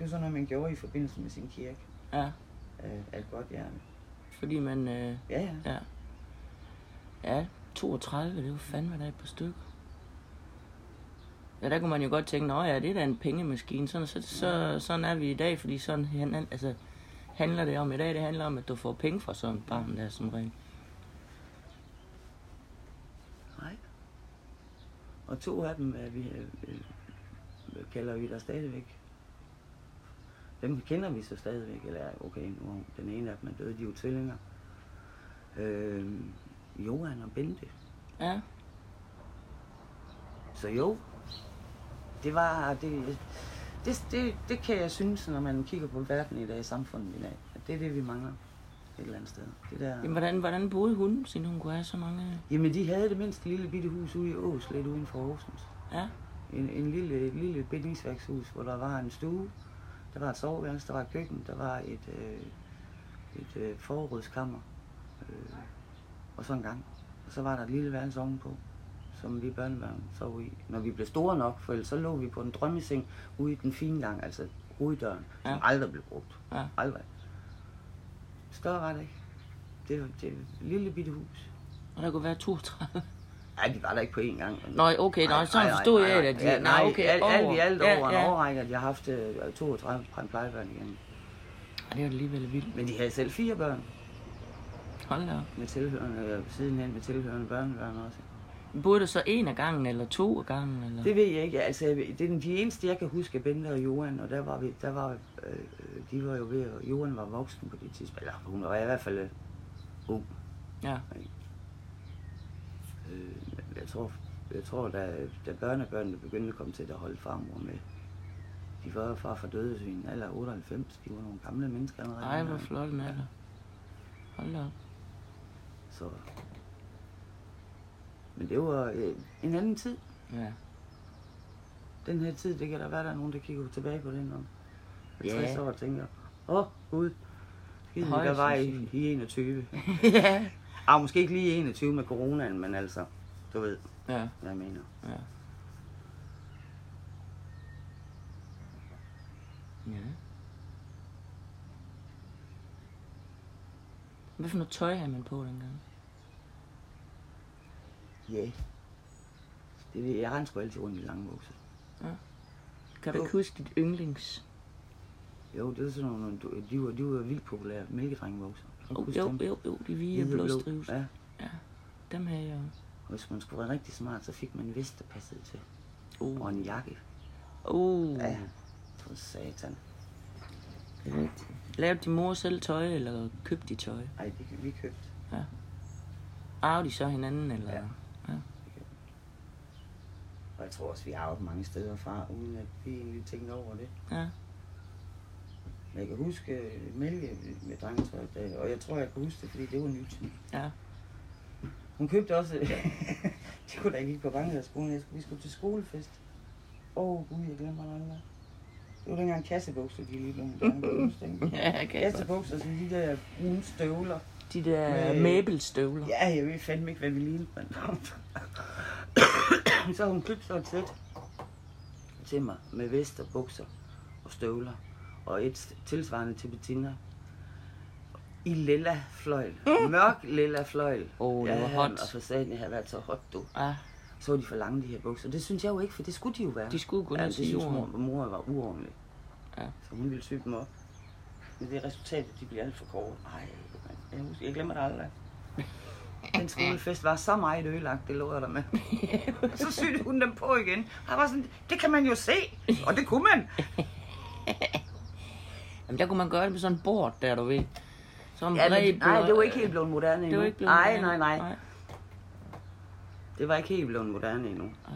S2: var sådan noget, man gjorde i forbindelse med sin kirke.
S1: Ja.
S2: Øh, alt godt hjerte.
S1: Fordi man... Øh,
S2: Ja, ja.
S1: ja. Ja, 32, det var fandme da et par stykker. Ja, der kunne man jo godt tænke, nå ja, det er da en pengemaskine. Sådan, så, så, sådan er vi i dag, fordi sådan han, altså, handler det om i dag. Det handler om, at du får penge fra sådan et barn der, som regel.
S2: Nej. Og to af dem er vi, øh, øh, kalder vi der stadigvæk. Dem kender vi så stadigvæk, eller okay, nu er den ene af dem er døde, de er jo tvillinger. Øh, Johan og Bente.
S1: Ja.
S2: Så jo, det var, det, det, det, det kan jeg synes, når man kigger på verden i dag, samfundet i dag, at det er det, vi mangler et eller andet sted. Det der...
S1: Jamen, hvordan, hvordan boede hun, siden hun kunne have så mange...
S2: Jamen, de havde det mindste lille bitte hus ude i Ås, lidt uden for Aarhus.
S1: Ja.
S2: en, en lille, et lille bindingsværkshus, hvor der var en stue, der var et soveværelse, der var et køkken, der var et, øh, et øh, forrådskammer, øh, og så en gang. Og så var der et lille værelse ovenpå, som vi børnebørn sov i. Når vi blev store nok, for ellers så lå vi på en drømmeseng ude i den fine gang, altså hoveddøren, ja.
S1: Ja.
S2: som aldrig blev brugt.
S1: Ja.
S2: Aldrig. Større var det ikke. Det var det var et lille bitte hus.
S1: Og der kunne være 32.
S2: Nej, de var der ikke på én gang.
S1: Nå, okay, nej, så
S2: nej,
S1: forstod
S2: nej,
S1: jeg
S2: nej.
S1: det. at de-
S2: Ja, nej,
S1: nå, okay,
S2: alt, alt i alt over
S1: ja,
S2: en
S1: ja.
S2: årrække, at jeg har haft øh, 32 pleje- plejebørn igen.
S1: Ej, det var alligevel vildt.
S2: Men de havde selv fire børn
S1: Hold da op.
S2: med tilhørende, øh, sidenhen med tilhørende børnebørn også.
S1: Boede der så en af gangen, eller to af gangen? Eller?
S2: Det ved jeg ikke. Altså, jeg ved- det er den- de eneste, jeg kan huske, er Bente og Johan, og der var vi, der var, øh, øh, de var jo ved, at Johan var voksen på det tidspunkt. Eller hun var i hvert fald øh, ung.
S1: Ja.
S2: Øh, jeg tror, jeg tror da, da børnebørnene begyndte at komme til, der holdt farmor med. De var far for døde i en alder af 98. De var nogle gamle mennesker allerede.
S1: Ej, hvor
S2: dengang.
S1: flot en alder. Hold da op.
S2: Så. Men det var øh, en anden tid.
S1: Ja.
S2: Den her tid, det kan der være, der er nogen, der kigger tilbage på den om
S1: Ja.
S2: 50 år og tænker, åh, oh, gud, skide
S1: Højst
S2: der var i,
S1: sandsynligt.
S2: i 21.
S1: ja.
S2: Ah, måske ikke lige i 21 med coronaen, men altså, du ved,
S1: Ja,
S2: hvad jeg mener.
S1: ja. Ja. Hvad for noget tøj havde man på dengang?
S2: Ja. Yeah. Det er det, jeg har en sgu altid rundt i lange bukser.
S1: Kan du
S2: Jo.
S1: ikke huske dit yndlings?
S2: Jo, det er sådan nogle, du- de var, de var vildt populære, mælkedrengebukser. Kan du
S1: Jo,
S2: huske
S1: jo,
S2: dem?
S1: jo, jo de hvide og
S2: Hvide og
S1: blå
S2: blå.
S1: strives.
S2: Ja,
S1: Dem havde jeg jo.
S2: hvis man skulle være rigtig smart, så fik man en vest, der passede til.
S1: Oh.
S2: Og en jakke.
S1: Oh.
S2: Ja, for satan.
S1: Lavede din mor selv tøj, eller købte de tøj?
S2: Ej, det kan vi købte.
S1: Arvede de så hinanden, eller?
S2: Ja. Og jeg tror også, vi har mange steder fra, uden at vi egentlig tænkte over det.
S1: ja.
S2: Men jeg kan huske øh, Mælke med drengetøj, da- og jeg tror, jeg kan huske det, fordi det var nyt.
S1: Ja.
S2: Hun købte også... det kunne da ikke på banken af skolen. Jeg skulle, vi skulle til skolefest. Åh, oh, gud, jeg glemmer det aldrig. Det var dengang kassebukser, de lige blev moderne. Kan du huske det?
S1: Ja, kan jeg godt.
S2: Kassebukser, sådan de der brune støvler.
S1: De der
S2: Med-
S1: mæbelstøvler.
S2: Ja, jeg ved fandme ikke, hvad vi lignede på en Så har hun købt sådan et sæt til mig med vest og bukser og støvler. Og et tilsvarende til Bettina. I lilla fløjl. Mørk lilla fløjl.
S1: Åh, det var hot.
S2: Og for satan, jeg havde været så hot, du.
S1: Ja.
S2: Så var de for lange, de her bukser. Det synes jeg jo ikke, for det skulle de jo være.
S1: De skulle gå ned
S2: ja, det
S1: til
S2: synes mor,
S1: jorden.
S2: mor var uordentlig.
S1: Ja.
S2: Så hun ville sy dem op. Men det resultat, de bliver alt for korte. Ej, mand. jeg, husker, jeg glemmer det aldrig. Den skolefest var så meget ødelagt, det lå jeg der med. Og så syede hun dem på igen. Og jeg var sådan, det kan man jo se. Og det kunne man.
S1: Jamen, der kunne man gøre det med sådan en bord, der du ved. Som
S2: Ja, men, nej, det var ikke helt blevet moderne endnu.
S1: Det var ikke blevet
S2: nej, nej,
S1: moderne.
S2: nej, nej. Det var ikke helt blevet moderne endnu.
S1: Ej.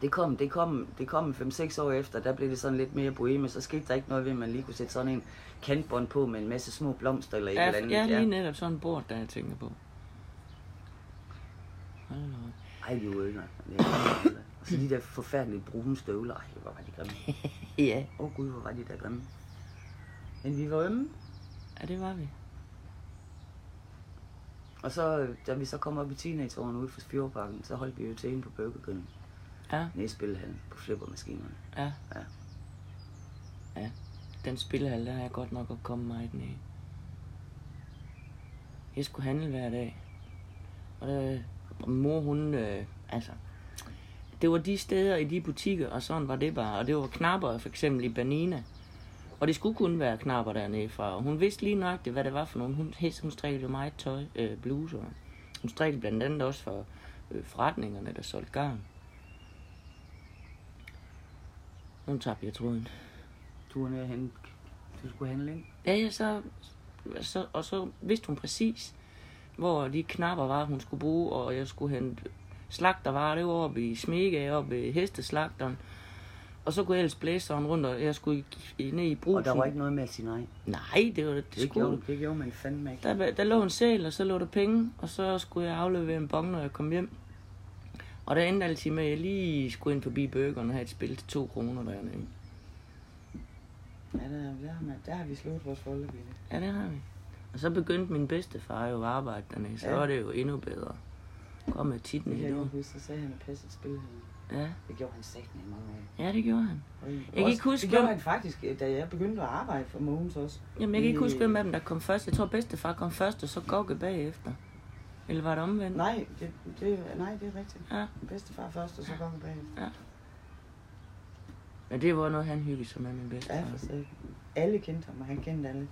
S2: Det kom, det kom, det kom 5-6 år efter, der blev det sådan lidt mere boheme, så skete der ikke noget ved, at man lige kunne sætte sådan en kantbånd på med en masse små blomster eller et
S1: Ja,
S2: eller andet.
S1: ja, lige netop sådan en bord, der jeg tænker på. Hold da op.
S2: Ej, de var ødelagt. Det var ødelagt. Og så de der forfærdelige brune støvler. Ej, hvor var de grimme.
S1: Ja.
S2: Åh oh, gud, hvor var de der grimme. Men vi var ømme,
S1: Ja, det var vi.
S2: og så, øh, da vi så kom op i teenageårene ude for Fjordparken, så holdt vi jo til inde på Burger King.
S1: Ja,
S2: Nede i spillehallen på flippermaskinerne.
S1: ja.
S2: Ja.
S1: Ja. Den spillehal, der har jeg godt nok at komme meget ned. Jeg skulle handle hver dag. Og der, og mor, hun, øh, altså, det var de steder i de butikker, og sådan var det bare. Og det var knapper, for eksempel i Banina. Og det skulle kun være knapper dernede fra. Og hun vidste lige nøjagtigt, hvad det var for nogle. Hun, hes- hun strikkede jo meget tøj, øh, bluser. Hun strikkede blandt andet også for øh, forretningerne, der solgte garn. Hun tabte jeg tråden.
S2: Du var nede hen, du skulle handle ind.
S1: Ja, ja, så, så, og så vidste hun præcis, hvor de knapper var, hun skulle bruge, og jeg skulle hente slagtervarer, det var oppe i Smega, oppe i hesteslagteren. Og så kunne jeg ellers blæse sådan rundt, og jeg skulle i, i, ned i brusen.
S2: Og der var ikke noget med at sige nej.
S1: Nej, det var det,
S2: Det,
S1: skulle.
S2: gjorde, det gjorde man fandme ikke.
S1: Der, var- der lå en sæl, og så lå der penge, og så skulle jeg aflevere en bong, når jeg kom hjem. Og der endte altid med, at jeg lige skulle ind forbi burgeren og have et spil til to kroner dernede.
S2: Ja, der, der, har man, der har vi slået vores folkebillede.
S1: Ja, det har vi. Og så begyndte min bedstefar jo at arbejde dernede, så ja.
S2: Ja.
S1: var det jo endnu bedre. Kom med tit
S2: Det kan
S1: ned
S2: jeg
S1: nu.
S2: godt huske, så sagde han, at passet spil.
S1: Ja.
S2: Det gjorde han sagt i mange år.
S1: ja, det gjorde han.
S2: Og Jeg
S1: kan ikke huske,
S2: det gjorde
S1: hvem-
S2: han faktisk, øh, da jeg begyndte at arbejde for Mogens også.
S1: Jamen, jeg kan ikke
S2: Øh,
S1: huske, hvem af dem, der kom først. Jeg tror, bedstefar kom først, og så Gogge bagefter. Eller var det omvendt?
S2: øh, Nej, det, det, nej, det er rigtigt.
S1: Ja.
S2: Min Bedstefar først, og så kom han bagefter.
S1: Men det var noget, han hyggede sig med, min
S2: Ja,
S1: bedstefar.
S2: for satan. Alle kendte ham, og han kendte alle.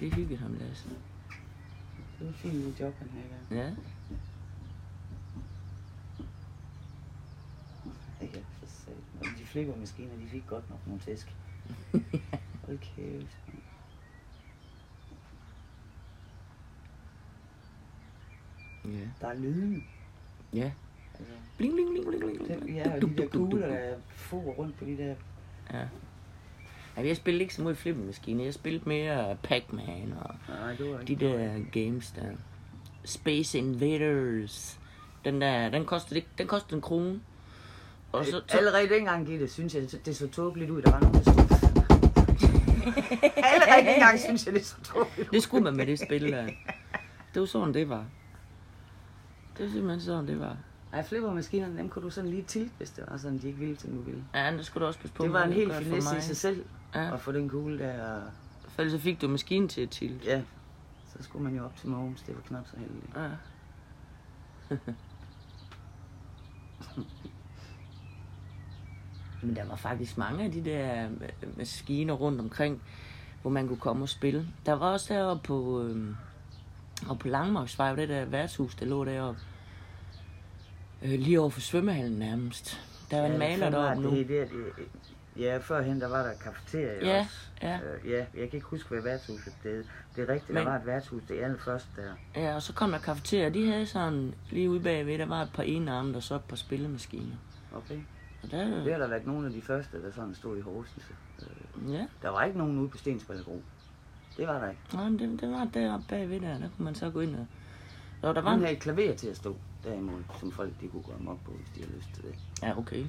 S1: Det hyggede ham, Lasse.
S2: Det var et fint job, han havde der.
S1: Ja.
S2: Ja, for satan. Og de flippermaskiner, de fik godt nok nogle tæsk. Hold kæft.
S1: Ja.
S2: Der er lyden.
S1: Ja.
S2: Altså,
S1: Bling, bling, bling, bling, bling.
S2: det,
S1: bling.
S2: ja, og
S1: Duk,
S2: de
S1: duk,
S2: der
S1: duk, duk,
S2: kugler,
S1: duk.
S2: der for rundt på de der...
S1: Ja. Jamen, jeg spillede ikke så meget flippemaskine. Jeg spillede mere Pac-Man og
S2: Nej, det var
S1: de der games der. Space Invaders. Den der, den kostede, ikke, den kostede en krone. Og så, så
S2: Øh, Allerede dengang, Gitte, synes jeg, det så tåbeligt ud, der var nogen, der stod. Allerede dengang, synes jeg, det så tåbeligt ud.
S1: det skulle man med det spil der. Det var sådan, det var. Det var simpelthen sådan, det var.
S2: Ej, flippermaskinerne, dem kunne du sådan lige tilte, hvis det var sådan, de ikke ville, som du ville.
S1: Ja, det skulle du også passe på.
S2: Det var
S1: med,
S2: en
S1: det
S2: helt
S1: gør det for
S2: finesse i
S1: mig.
S2: sig selv,
S1: Ja.
S2: at få den kugle der, og
S1: For ellers så fik du maskinen til at tilte.
S2: ja, så skulle man jo op til Mogens, det var knap så heldigt.
S1: Ja. Men der var faktisk mange af de der øh, maskiner rundt omkring, hvor man kunne komme og spille. Der var også deroppe på, øh, og på Langmarksvej, det der værtshus, der lå deroppe. Øh, lige over for svømmehallen nærmest. Der var ja, en maler deroppe nu.
S2: Det, det, det, ja, førhen der var der kafeteria
S1: Ja,
S2: også.
S1: ja.
S2: Øh, ja, jeg kan ikke huske, hvad værtshuset hed. Det er rigtigt,
S1: Men-
S2: der var et værtshus, det er allerførst der.
S1: Ja, og så kom der kafeteria, og de havde sådan lige ude bagved, der var et par enarme, der så et par spillemaskiner.
S2: Okay.
S1: Og der,
S2: Det har der været nogle af de første, der sådan stod i Horsens. Øh,
S1: ja.
S2: Der var ikke nogen ude på Stensballegro. Det var der ikke.
S1: Nej, men det, det var deroppe bagved der, der kunne man så gå ind og... Nå, der var
S2: Hun
S1: en...
S2: havde et klaver til at stå derimod, som folk de kunne gå amok på, hvis de havde lyst til det.
S1: Ja, okay.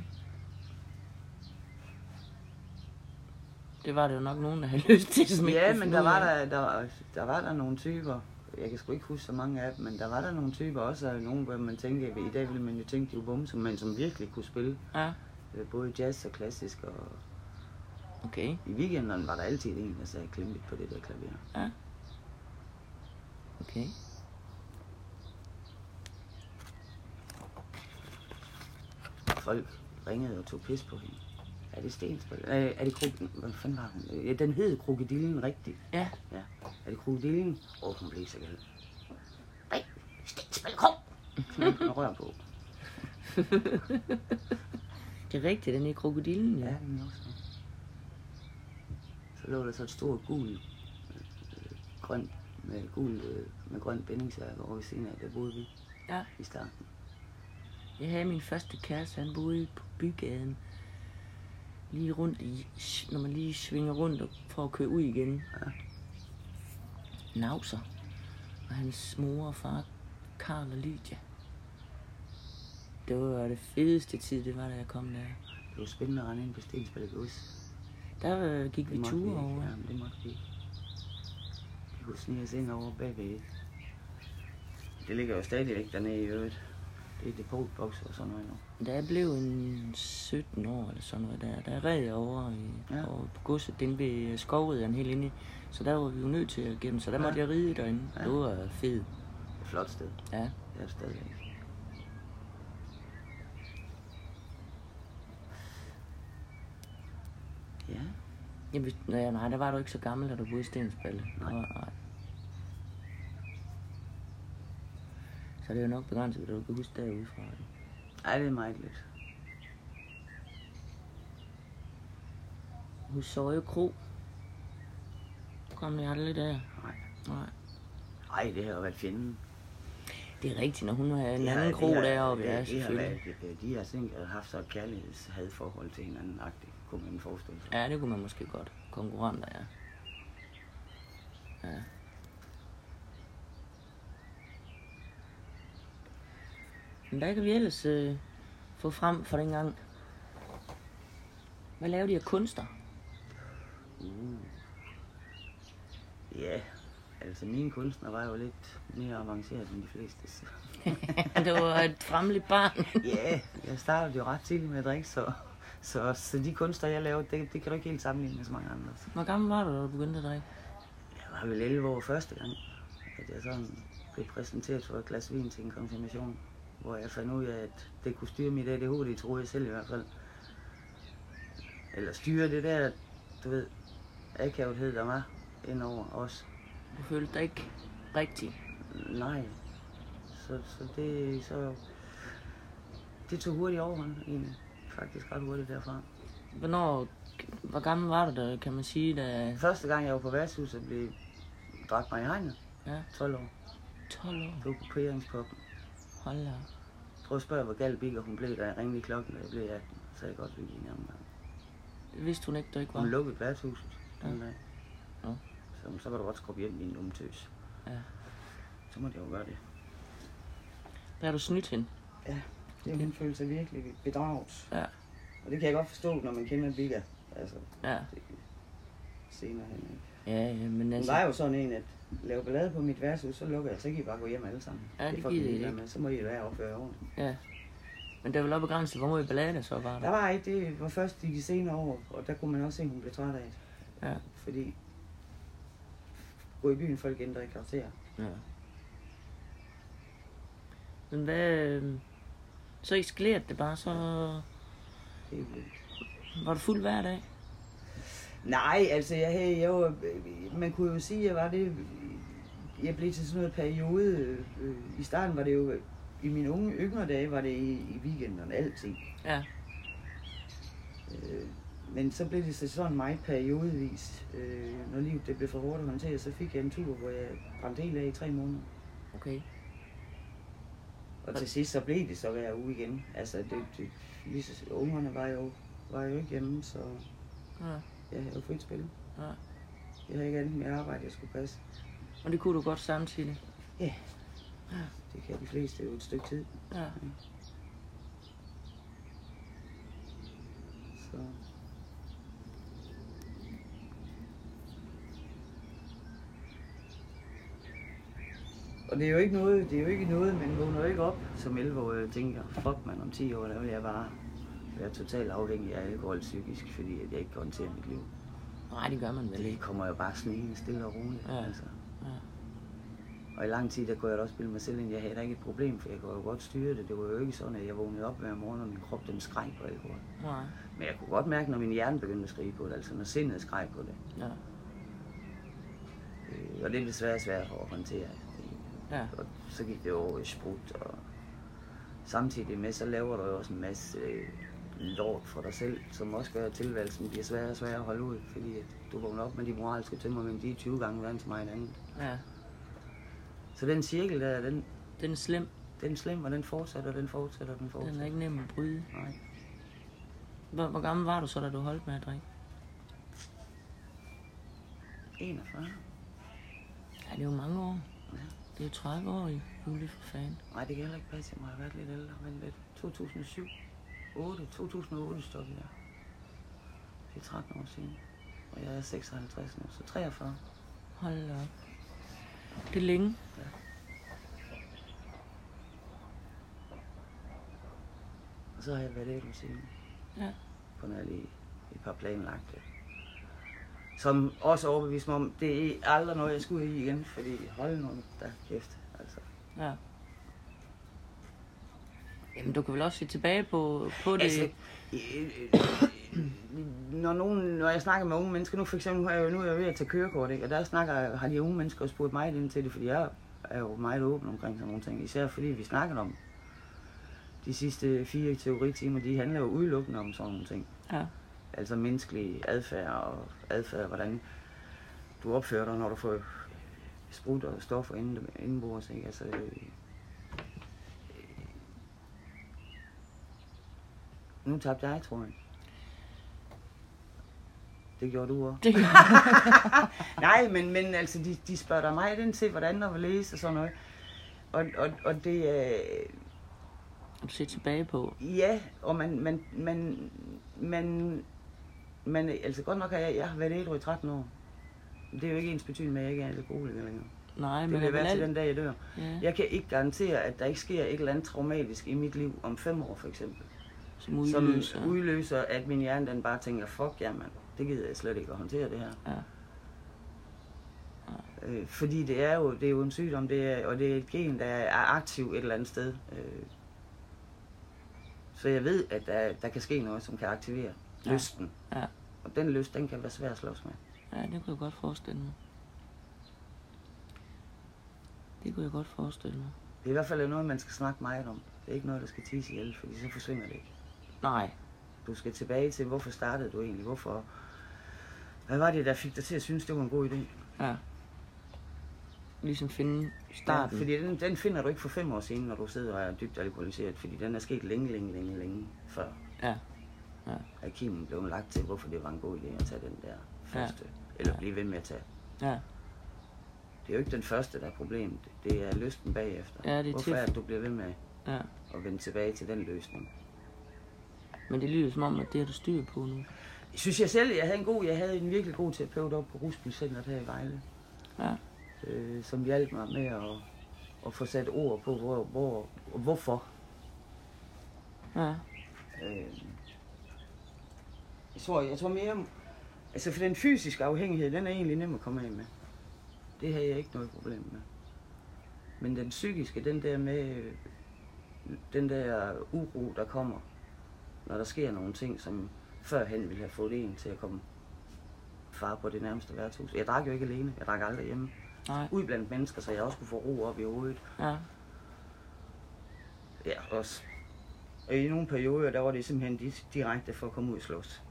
S1: Det var det jo nok nogen, der havde lyst til. Som Ligesom ikke
S2: Ja,
S1: kunne
S2: men
S1: finde
S2: der
S1: ud
S2: var
S1: af.
S2: der, der, var- der var der nogle typer, jeg kan sgu ikke huske så mange af dem, men der var der nogle typer også, og nogle, hvor man tænker, i dag ville man jo tænke, de var bumse, men som virkelig kunne spille
S1: Ja,
S2: øh, både jazz og klassisk, og
S1: okay.
S2: i weekenderne var der altid en, der sagde klemmet på det der klaver.
S1: Ja. Okay.
S2: Folk ringede og tog pis på hende. Er det Stensball? Øh, er det krok... Hvad fanden var hun? Øh, Ja, den hed Krokodillen rigtigt.
S1: Ja.
S2: Ja. Er det krokodillen? Åh, oh, hun blev så glad.
S1: Nej, stensbæl, kom!
S2: Knap med rør på.
S1: Det er rigtigt, den er i krokodillen, ja.
S2: Ja,
S1: ja.
S2: den er også. Så lå der så et stort gul, øh, øh, grønt, med gul, øh, med grøn bindingsværk over ved siden af, der boede vi
S1: Ja.
S2: i starten.
S1: Jeg havde min første kæreste, han boede på bygaden. Lige rundt i, når man lige svinger rundt og- for at køre ud igen.
S2: Ja.
S1: Nauser. Og hans mor og far, Karl og Lydia. Det var det fedeste tid, det var, da jeg kom der.
S2: Det var spændende at rende ind på Stensballet Gods.
S1: Der øh, gik
S2: Det
S1: vi
S2: måtte
S1: ture
S2: ikke.
S1: over.
S2: Ja, men det måtte vi ikke. Vi kunne snige os ind over bagved. Det ligger jo stadigvæk dernede i øvrigt. Det er depotboks og sådan noget nu.
S1: Da jeg blev en 17 år eller sådan noget der, der red jeg over, i, ja.
S2: Ja.
S1: over på godset, den ved skovreden helt inde i. Så der var vi jo nødt til at gemme, så der ja. måtte jeg ride derinde. Ja.
S2: Ja.
S1: Det var fedt.
S2: Et flot sted.
S1: Ja.
S2: Det er det stadigvæk. Ja.
S1: Jamen, hvis- nej, nej, der var du ikke så gammel, da du boede i Stensballe. Nej. nej. Så det er jo nok begrænset, hvad du kan huske derude fra.
S2: Ej, det er meget lidt.
S1: Husøje Kro. Kom jeg aldrig der.
S2: Nej.
S1: Nej.
S2: Ej, det har jo været fjenden.
S1: Det er rigtigt, når hun havde en
S2: Det har-
S1: anden
S2: det
S1: kro
S2: har-
S1: deroppe,
S2: det-
S1: ja,
S2: det har
S1: selvfølgelig.
S2: været, øh, De har simpelthen haft så et kærlighedshavforhold til hinanden, agtigt, kunne man forestille sig.
S1: Ja, det kunne man måske godt. Konkurrenter, ja. Ja. Men hvad kan vi ellers øh, få frem for dengang? Hvad laver de af kunster?
S2: Ja, altså mine kunstner var jo lidt mere avanceret end de fleste. så-
S1: det var et fremmeligt barn.
S2: Ja, jeg startede jo ret tidligt med at drikke, så, så, så de kunster, jeg lavede, det, det kan du ikke helt sammenligne med så mange andre. Så.
S1: Hvor gammel var du, da du begyndte at drikke?
S2: Jeg var vel 11 år første gang, at jeg sådan blev præsenteret for et glas vin til en konfirmation, hvor jeg fandt ud af, at det kunne styre mit ADHD, troede jeg selv i hvert fald. Eller styre det der, du ved, akavthed, der var indover os.
S1: Du følte dig ikke rigtig.
S2: Nej. Så, så det, så det tog hurtigt overhånd, egentlig. Faktisk ret hurtigt derfra.
S1: Hvornår, hvor gammel var du, da, kan man sige, da...
S2: Første gang, jeg var på værtshuset, blev drak mig i hegnet.
S1: Ja,
S2: 12 år.
S1: 12 år.
S2: Det var på P-Ringspoppen.
S1: Hold da. op.
S2: Prøv at spørge, hvor gal Bigger hun blev, da jeg ringede i klokken, da jeg blev 18. Så jeg godt, vi gik i en omgang.
S1: Vidste hun ikke, du ikke var?
S2: Hun lukkede værtshuset den dag.
S1: Nå.
S2: Så, så var du godt skrubbe hjem din dumme tøs.
S1: Ja.
S2: Så måtte jeg jo gøre det.
S1: Der har du snydt hende.
S2: Det hun følte sig virkelig bedraget.
S1: Ja.
S2: Og det kan jeg godt forstå, når man kender Bigger. Altså,
S1: Ja.
S2: det, senere hen. ikke?
S1: Ja, ja, men
S2: Hun
S1: altså...
S2: var jo sådan en, at lave ballade på mit værtshus, så lukker jeg, så kan I bare gå hjem alle sammen.
S1: Ja, det
S2: får
S1: gider jeg
S2: vi ligeglade
S1: ikke.
S2: Med. Så må I være opføre ordentligt.
S1: Ja. Men der er vel også begrænset, hvor meget ballade der så var
S2: Der
S1: der.
S2: var ikke, det var først i de senere år, og der kunne man også se, at hun blev træt af det.
S1: Ja.
S2: Fordi gå i byen, folk ændrer i karakter.
S1: ja. Men hvad... øh, Så eskalerede det bare, så
S2: Helt vildt.
S1: var du fuld hver dag.
S2: Nej, altså jeg, havde, jeg var, man kunne jo sige, at jeg var det, jeg blev til sådan noget periode, øh, øh, i starten var det jo, i mine unge yngre dage var det i, i weekenderne altid.
S1: Ja.
S2: Øh, men så blev det så sådan meget periodevis, øh, når livet det blev for hårdt at håndtere, så fik jeg en tur, hvor jeg brændte helt af i tre måneder.
S1: Okay.
S2: Og til sidst så blev det så hver uge igen. Altså, det, det, lige så, ungerne var jo, var jo ikke hjemme, så
S1: Ja.
S2: jeg havde jo frit spil.
S1: Ja.
S2: Jeg havde ikke andet med arbejde, jeg skulle passe.
S1: Og det kunne du godt samtidig.
S2: Det kan de fleste jo et stykke tid.
S1: Ja.
S2: Så. Og det er jo ikke noget, det er jo ikke noget, man vågner jo ikke op som 11-årig og tænker, fuck man, om 10 år, der vil jeg bare være totalt afhængig af alkohol psykisk, fordi at jeg ikke kan håndtere mit liv.
S1: Nej, det altså. gør man vel
S2: Det
S1: ikke.
S2: kommer jo bare snigende stille og roligt. altså.
S1: Ja. Ja.
S2: Og i lang tid, der kunne jeg da også bilde mig selv ind, jeg havde da ikke et problem, for jeg kunne jo godt styre det. Det var jo ikke sådan, at jeg vågnede op hver morgen, og min krop den skreg på alkohol.
S1: Nej.
S2: Men jeg kunne godt mærke, når min hjerne begyndte at skrige på det, altså når sindet skreg på det.
S1: Ja.
S2: Øh, og det er desværre svært at håndtere.
S1: Ja.
S2: Og så gik det over i sprut, og samtidig med, så laver du jo også en masse øh, lort for dig selv, som også gør, at tilværelsen bliver sværere og sværere at holde ud, fordi at du vågner op med de moralske tømmer, men de er 20 gange værre end så meget andet.
S1: Ja.
S2: Så den cirkel der, den,
S1: Den er slem.
S2: den slem, og den fortsætter, den fortsætter, den fortsætter.
S1: Den er ikke nem at bryde.
S2: Nej.
S1: Hvor, hvor gammel var du så, da du holdt med at drikke?
S2: 41?
S1: Ja, det er jo mange år. Det er jo 30 år i juli for fanden.
S2: Nej, det kan heller ikke passe. Jeg må have været lidt ældre. Men lidt 2007, 8, 2008 stoppede jeg. Det er 13 år siden. Og jeg er 56 nu, så 43.
S1: Hold da op. Det er længe.
S2: Ja. Og så har jeg været ældre siden.
S1: Ja.
S2: Kun er lige et par planlagte. Som også overbeviste mig om, det er aldrig noget, jeg skulle i igen. Fordi hold nu, der kæft. Altså,
S1: Ja. Jamen, du kan vel også se tilbage på, på det.
S2: Altså, øh, øh, når, nogen, når jeg snakker med unge mennesker, nu for eksempel, nu er jeg, jo- nu er jeg ved at tage kørekort, ikke? og der snakker, har de unge mennesker også spurgt mig ind til det, fordi jeg er jo meget åben omkring sådan nogle ting, især fordi vi snakker om de sidste fire teoritimer, de handler jo udelukkende om sådan nogle ting.
S1: Ja.
S2: Altså menneskelig adfærd og adfærd, hvordan du opfører dig, når du får sprut og stoffer inden, indenbords, ikke? Altså, øh, Nu tabte jeg, tror jeg. Det gjorde du også.
S1: Det kan
S2: Nej, men, men altså, de, de spørger dig mig ind til, hvordan og læse og sådan noget. Og, og, og det er...
S1: du se tilbage på.
S2: Ja, og man... man, man, man men altså godt nok har jeg, jeg har været ædru i 13 år. Men Det er jo ikke ens betydende med, at jeg ikke er alkoholiker længere.
S1: Nej,
S2: Det
S1: men
S2: vil jeg
S1: vel
S2: være til
S1: alt-
S2: den dag, jeg dør.
S1: ja.
S2: Jeg kan ikke garantere, at der ikke sker et eller andet traumatisk i mit liv om fem år, for eksempel.
S1: som
S2: udløser.
S1: udløser.
S2: som udløser, at min hjerne den bare tænker, fuck ja mand, det gider jeg slet ikke at håndtere det her.
S1: Ja.
S2: Øh, fordi det er jo, det er jo en sygdom, det er, og det er et gen, der er aktiv et eller andet sted. Øh, så jeg ved, at der, der kan ske noget, som kan aktivere
S1: Ja.
S2: lysten.
S1: Ja.
S2: Og den lyst, den kan være svær at slås med.
S1: Ja, det kunne jeg godt forestille mig. Det kunne jeg godt forestille mig.
S2: Det er i hvert fald noget, man skal snakke meget om. Det er ikke noget, der skal tisse ihjel, fordi så forsvinder det ikke.
S1: Nej.
S2: Du skal tilbage til, hvorfor startede du egentlig? Hvorfor? Hvad var det, der fik dig til at synes, det var en god idé?
S1: Ja. ligesom finde
S2: Ja,
S1: starten.
S2: fordi den, den finder du ikke for fem år siden, når du sidder og er dybt alkoholiseret, fordi den er sket længe, længe, længe, længe før
S1: Ja,
S2: at kimen blev lagt til, hvorfor det var en god idé at tage den der første, ja. eller
S1: Ja.
S2: blive ved med at tage.
S1: ja,
S2: Det er jo ikke den første, der er problemet. Det er lysten bagefter.
S1: Ja, det er
S2: Hvorfor
S1: til-
S2: er det, du bliver ved med
S1: ja.
S2: at vende tilbage til den løsning?
S1: Men det lyder som om, at det har du styr på nu.
S2: Jeg synes jeg selv, jeg havde en god, jeg havde en virkelig god terapeut oppe på Rusby Center her i Vejle,
S1: Ja,
S2: øh, som hjalp mig med at, at få sat ord på, hvor, hvor, hvorfor.
S1: ja,
S2: Øh, jeg, tror, jeg tror mere... Altså, for den fysiske afhængighed, den er egentlig nem at komme af med. Det havde jeg ikke noget problem med. Men den psykiske, den der med... øh, Den der uro, der kommer, når der sker nogle ting, som førhen ville have fået en til at komme far på det nærmeste værtshus. Jeg drak jo ikke alene. Jeg drak aldrig hjemme.
S1: nej,
S2: Ud blandt mennesker, så jeg også kunne få ro op i hovedet.
S1: ja,
S2: Ja, også. Og i nogle perioder, der var det simpelthen di- direkte for at komme ud og slås.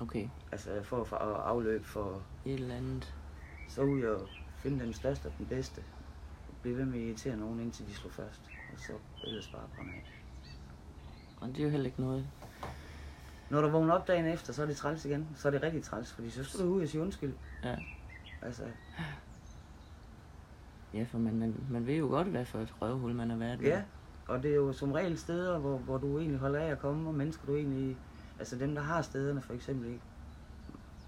S1: okay.
S2: Altså for at få afløb for
S1: Et eller andet.
S2: så ud og finde den største og den bedste. Blive ved med at irritere nogen, indtil de slår først. Og så ellers bare brænde af.
S1: Og det er jo heller ikke noget.
S2: Når du vågner op dagen efter, så er det træls igen. Så er det rigtig træls, fordi så skal du ud og sige undskyld.
S1: Ja.
S2: Altså,
S1: Ja, for man, man, man ved jo godt, hvad for et røvhul man har været i.
S2: ja. Og det er jo som regel steder, hvor, hvor du egentlig holder af at komme, og mennesker du egentlig... Altså dem, der har stederne for eksempel ikke.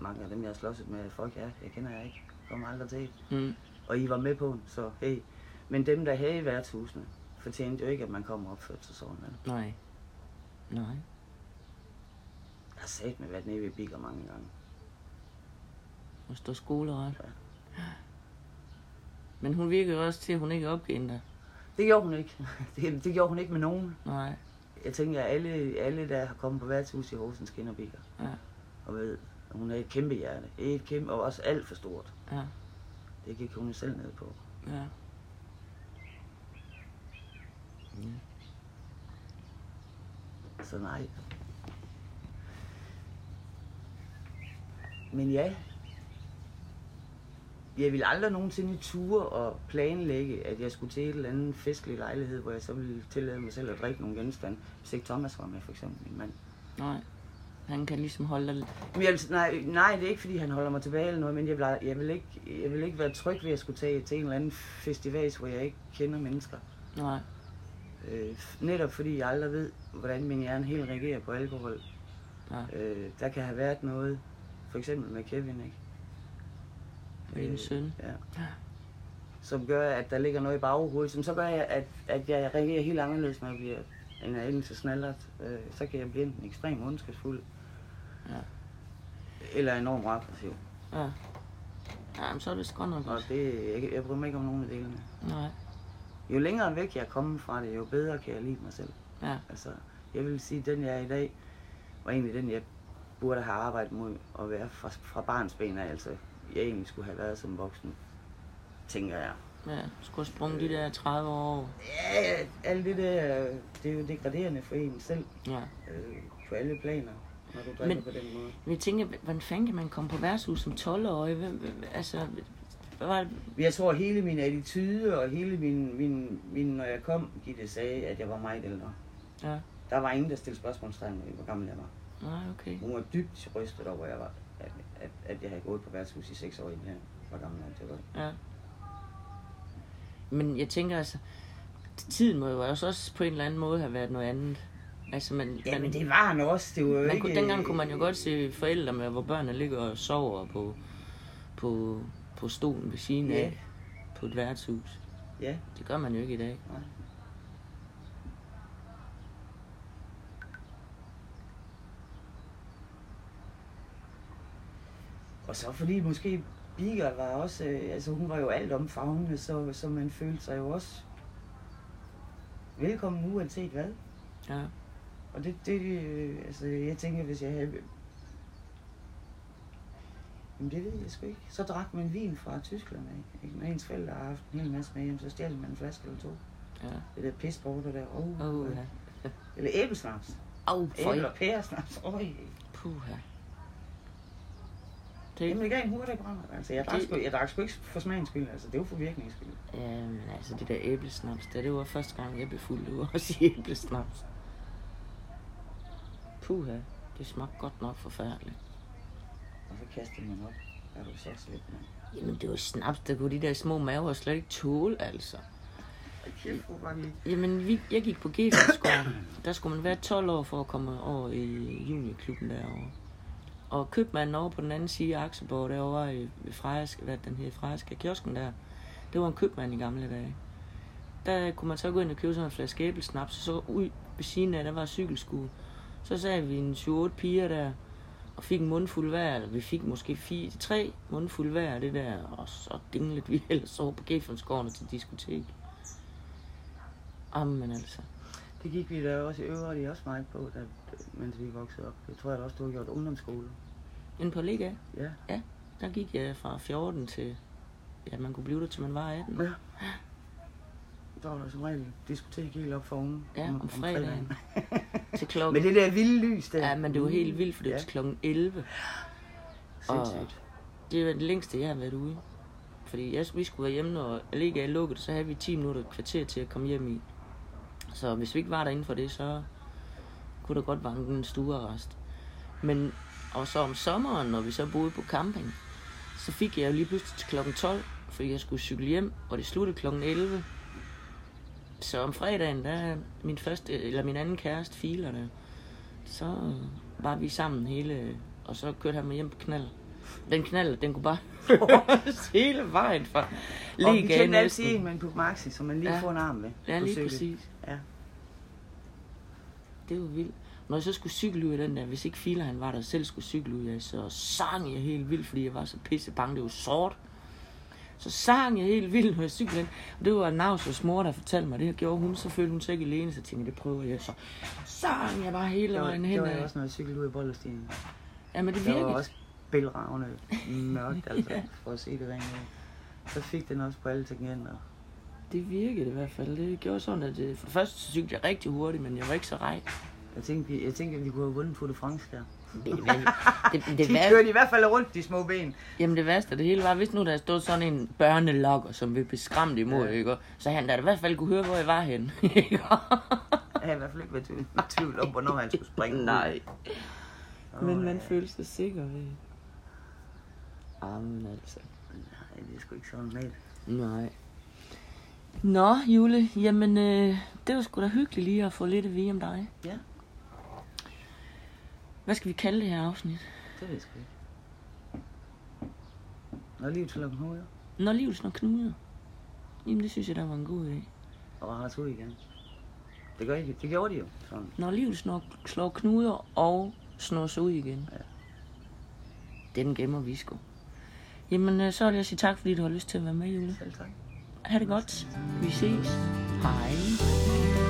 S2: Mange af dem, jeg har slåsset med, folk jeg, jeg kender jeg ikke. Kommer aldrig til.
S1: Mm.
S2: Og I var med på den, så hey. Men dem, der havde i værtshusene, fortjente jo ikke, at man kom og opførte sig sådan. vel?
S1: Nej. Nej.
S2: Jeg har sat med været nede ved Bigger mange gange.
S1: Hun står skoleret.
S2: Ja.
S1: Men hun virker jo også til, at hun ikke opgav dig.
S2: Det gjorde hun ikke. Det, det gjorde hun ikke med nogen.
S1: Nej.
S2: Jeg tænker, at alle, alle der har kommet på værtshus i Horsens, kender Bigger.
S1: Ja.
S2: Og ved, at hun er et kæmpe hjerte. Et kæmpe, og også alt for stort.
S1: Ja.
S2: Det gik hun jo selv ned på.
S1: Ja.
S2: Så nej. Men ja, jeg ville aldrig nogensinde ture og planlægge, at jeg skulle til et eller andet festlig lejlighed, hvor jeg så ville tillade mig selv at drikke nogle genstande. Hvis ikke Thomas var med, for eksempel min mand.
S1: Nej. Han kan ligesom holde dig lidt.
S2: Men jeg, vil- nej, nej, det er ikke fordi, han holder mig tilbage eller noget, men jeg vil, jeg vil, ikke, jeg vil ikke være tryg ved, at jeg skulle tage til en eller anden festival, hvor jeg ikke kender mennesker.
S1: Nej.
S2: Øh, netop fordi jeg aldrig ved, hvordan min hjerne helt reagerer på alkohol.
S1: Ja.
S2: Øh, der kan have været noget, for eksempel med Kevin, ikke? Øh,
S1: Med din søn.
S2: Ja.
S1: Ja.
S2: Som gør, at der ligger noget i baghovedet, som så gør, jeg, at, at jeg reagerer helt anderledes, når jeg bliver end jeg enten så snallert. Øh, så kan jeg blive enten ekstremt ondskabsfuld,
S1: Ja.
S2: eller enormt aggressiv.
S1: Ja. Ja, men så er det vist godt nok
S2: Og
S1: også.
S2: det, jeg, jeg bryder mig ikke om nogen af delene.
S1: Nej.
S2: Jo længere væk jeg er kommet fra det, jo bedre kan jeg lide mig selv.
S1: Ja.
S2: Altså, jeg vil sige, at den jeg er i dag, var egentlig den, jeg burde have arbejdet mod at være fra, fra barns ben af. Altså, jeg egentlig skulle have været som voksen, tænker jeg.
S1: Ja. Du skulle have sprunget de der 30 år. over.
S2: Ja, alt det der, øh, det er jo degraderende for en selv,
S1: Ja.
S2: øh, på alle planer, når du drikker
S1: Men-
S2: Men... på den måde.
S1: Men jeg tænker, hvordan fanden kan man komme på værtshus som 12-årig? Hvem, hvem- altså, hvad var det?
S2: Jeg tror, hele min attitude og hele min, min, min når jeg kom, Gitte sagde, at jeg var meget ældre.
S1: Ja.
S2: Der var ingen, der stillede spørgsmålstegn ved, hvor gammel jeg var.
S1: Nej, okay.
S2: Hun var dybt rystet over, at jeg, var, at, at, at jeg havde gået på værtshus i seks år, inden jeg var gammel nok til at gøre det.
S1: Ja. Men jeg tænker altså, tiden må jo også, også på en eller anden måde have været noget andet. Altså, man,
S2: Ja, men
S1: man,
S2: det var han også. Det var jo
S1: man
S2: ikke...
S1: kunne, dengang kunne man jo godt se forældre med, hvor børnene ligger og sover på, på, på stolen ved siden
S2: Ja.
S1: af på et værtshus.
S2: Ja,
S1: Det gør man jo ikke i dag.
S2: nej. Og så fordi måske Bigger var også... Øh, altså hun var jo alt omfavnende, så, så man følte sig jo også velkommen uanset hvad.
S1: Ja,
S2: Og det, det øh, altså, jeg tænker, hvis jeg havde... Jamen, det ved jeg sgu ikke. Så drak man vin fra Tyskland af. Ikke? Når ens forældre har haft en hel masse med hjem, så stjal man en flaske eller to.
S1: ja.
S2: Det der pisborter der. Oh,
S1: Åh,
S2: øh.
S1: ja.
S2: Eller æblesnaps.
S1: Au, for
S2: Æble
S1: i-
S2: og pæresnaps. Øj.
S1: Puha. Det er
S2: Jamen,
S1: ikke...
S2: jeg gav en hurtig brænder. Altså, jeg drak, sgu, jeg drak sgu ikke for smagens skyld. Altså, det var for virkningens skyld.
S1: Jamen, altså, det der æblesnaps, der, det var første gang, jeg blev fuld. Det var også i æblesnaps. Puha, det smagte godt nok forfærdeligt.
S2: Og så kastede man op. Er du så slet, mand?
S1: Jamen, det var snaps, der kunne de der små maver slet ikke tåle, altså.
S2: Ej, Kæft, hvor var det
S1: Jamen, vi, jeg gik på Gæfensgård. Der skulle man være 12 år for at komme over i juniorklubben derovre. Og købmanden over på den anden side af Akseborg, derovre i ved Frejas, hvad den hed, Frejaska kiosken der, det var en købmand i gamle dage. Der kunne man så gå ind og købe sådan en flaske æblesnaps, og så ud ved siden af, der var et cykelskue. Så sad vi en 7-8 piger der, og fik en mundfuld hver, eller vi fik måske fire, tre mundfuld hver af det der, og så dinglede vi ellers over på Gæfensgården til diskotek. Jamen altså.
S2: Det gik vi da også i øvrigt i også meget på, da, mens vi voksede op. Det tror jeg da også, du har gjort ungdomsskole.
S1: Inden på Liga,
S2: Ja.
S1: der gik jeg fra 14 til... Ja, man kunne blive der, til man var 18.
S2: Ja. Der var der som regel diskotek helt op for ugen.
S1: Ja, om fredagen. Til
S2: Med
S1: klokken...
S2: det der vilde lys der.
S1: Ja, men det var helt vildt, for det var
S2: Mm. Ja.
S1: til klokken 11.
S2: Sindssygt.
S1: Det var det længste, jeg har været ude. Fordi jeg, vi skulle være hjemme, når Liga lukkede, så havde vi 10 minutter et kvarter til at komme hjem i. Så hvis vi ikke var derinde for det, så kunne der godt vanke en stuearrest. Men, og så om sommeren, når vi så boede på camping, så fik jeg jo lige pludselig til klokken 12, fordi jeg skulle cykle hjem, og det sluttede klokken 11. Så om fredagen, der min, første, eller min anden kæreste, filer der, så øh, var vi sammen hele, og så kørte han mig hjem på knald. Den knald, den kunne bare høres hele vejen fra
S2: Og vi
S1: Legaen
S2: kendte altid
S1: næsten.
S2: en med en på maxi, så man lige
S1: Ja.
S2: får en arm med.
S1: Ja,
S2: på
S1: lige
S2: cykel.
S1: præcis.
S2: Ja.
S1: Det var vildt. Når jeg så skulle cykle ud af den der, hvis ikke filer han var der selv skulle cykle ud af, så sang jeg helt vildt, fordi jeg var så pisse bange. Det var sort. Så sang jeg helt vildt, når jeg cyklede ind. Og det var Navsos mor, der fortalte mig det. Og gjorde hun, så følte hun sig ikke alene, så tænkte jeg, det prøver jeg. Så sang jeg bare hele
S2: Det var,
S1: vejen
S2: det
S1: hen.
S2: var jo også, når jeg cyklede ud i Bollestien.
S1: Jamen det
S2: Der var
S1: virkede.
S2: også bælragende mørkt, altså, for at se det rent ud. Så fik den også på alle tangenter.
S1: Det virkede i hvert fald. Det gjorde sådan, at det, for det første så cyklede jeg rigtig hurtigt, men jeg var ikke så rej.
S2: Jeg tænkte, vi- jeg tænkte, at vi kunne have vundet Tour de France der.
S1: Det, det, det, det,
S2: De
S1: værste-
S2: kørte i hvert fald rundt, de små ben.
S1: Jamen det værste af det hele var, hvis nu der stod sådan en børnelokker, som vi blev skræmt imod,
S2: Ja.
S1: ja. ikke? så han der i hvert fald kunne høre, hvor jeg var henne. ikke?
S2: Jeg havde i hvert fald ikke været i tvivl- tvivl om, hvornår han skulle springe. ud.
S1: Nej.
S2: Åh,
S1: Men man
S2: ja.
S1: følte sig sikker ved. Jamen altså.
S2: Nej, det er sgu ikke så normalt.
S1: Nej. Nå, Jule, jamen øh, det var sgu da hyggeligt lige at få lidt at vide om dig.
S2: Ja.
S1: Hvad skal vi kalde det her afsnit?
S2: Det ved jeg sgu ikke. Når livet slår hoveder,
S1: Når livet snor knuder. Jamen det synes jeg, der var en god idé.
S2: og har to igen. Det, gør ikke. det gjorde de jo. Sådan.
S1: Når livet snor, slår knuder og snor sig ud igen.
S2: Ja.
S1: Den gemmer vi sgu. Jamen, øh, så vil jeg sige tak, fordi du har lyst til at være med, Jule.
S2: Selv tak.
S1: Ha' det godt. Vi ses. Hej.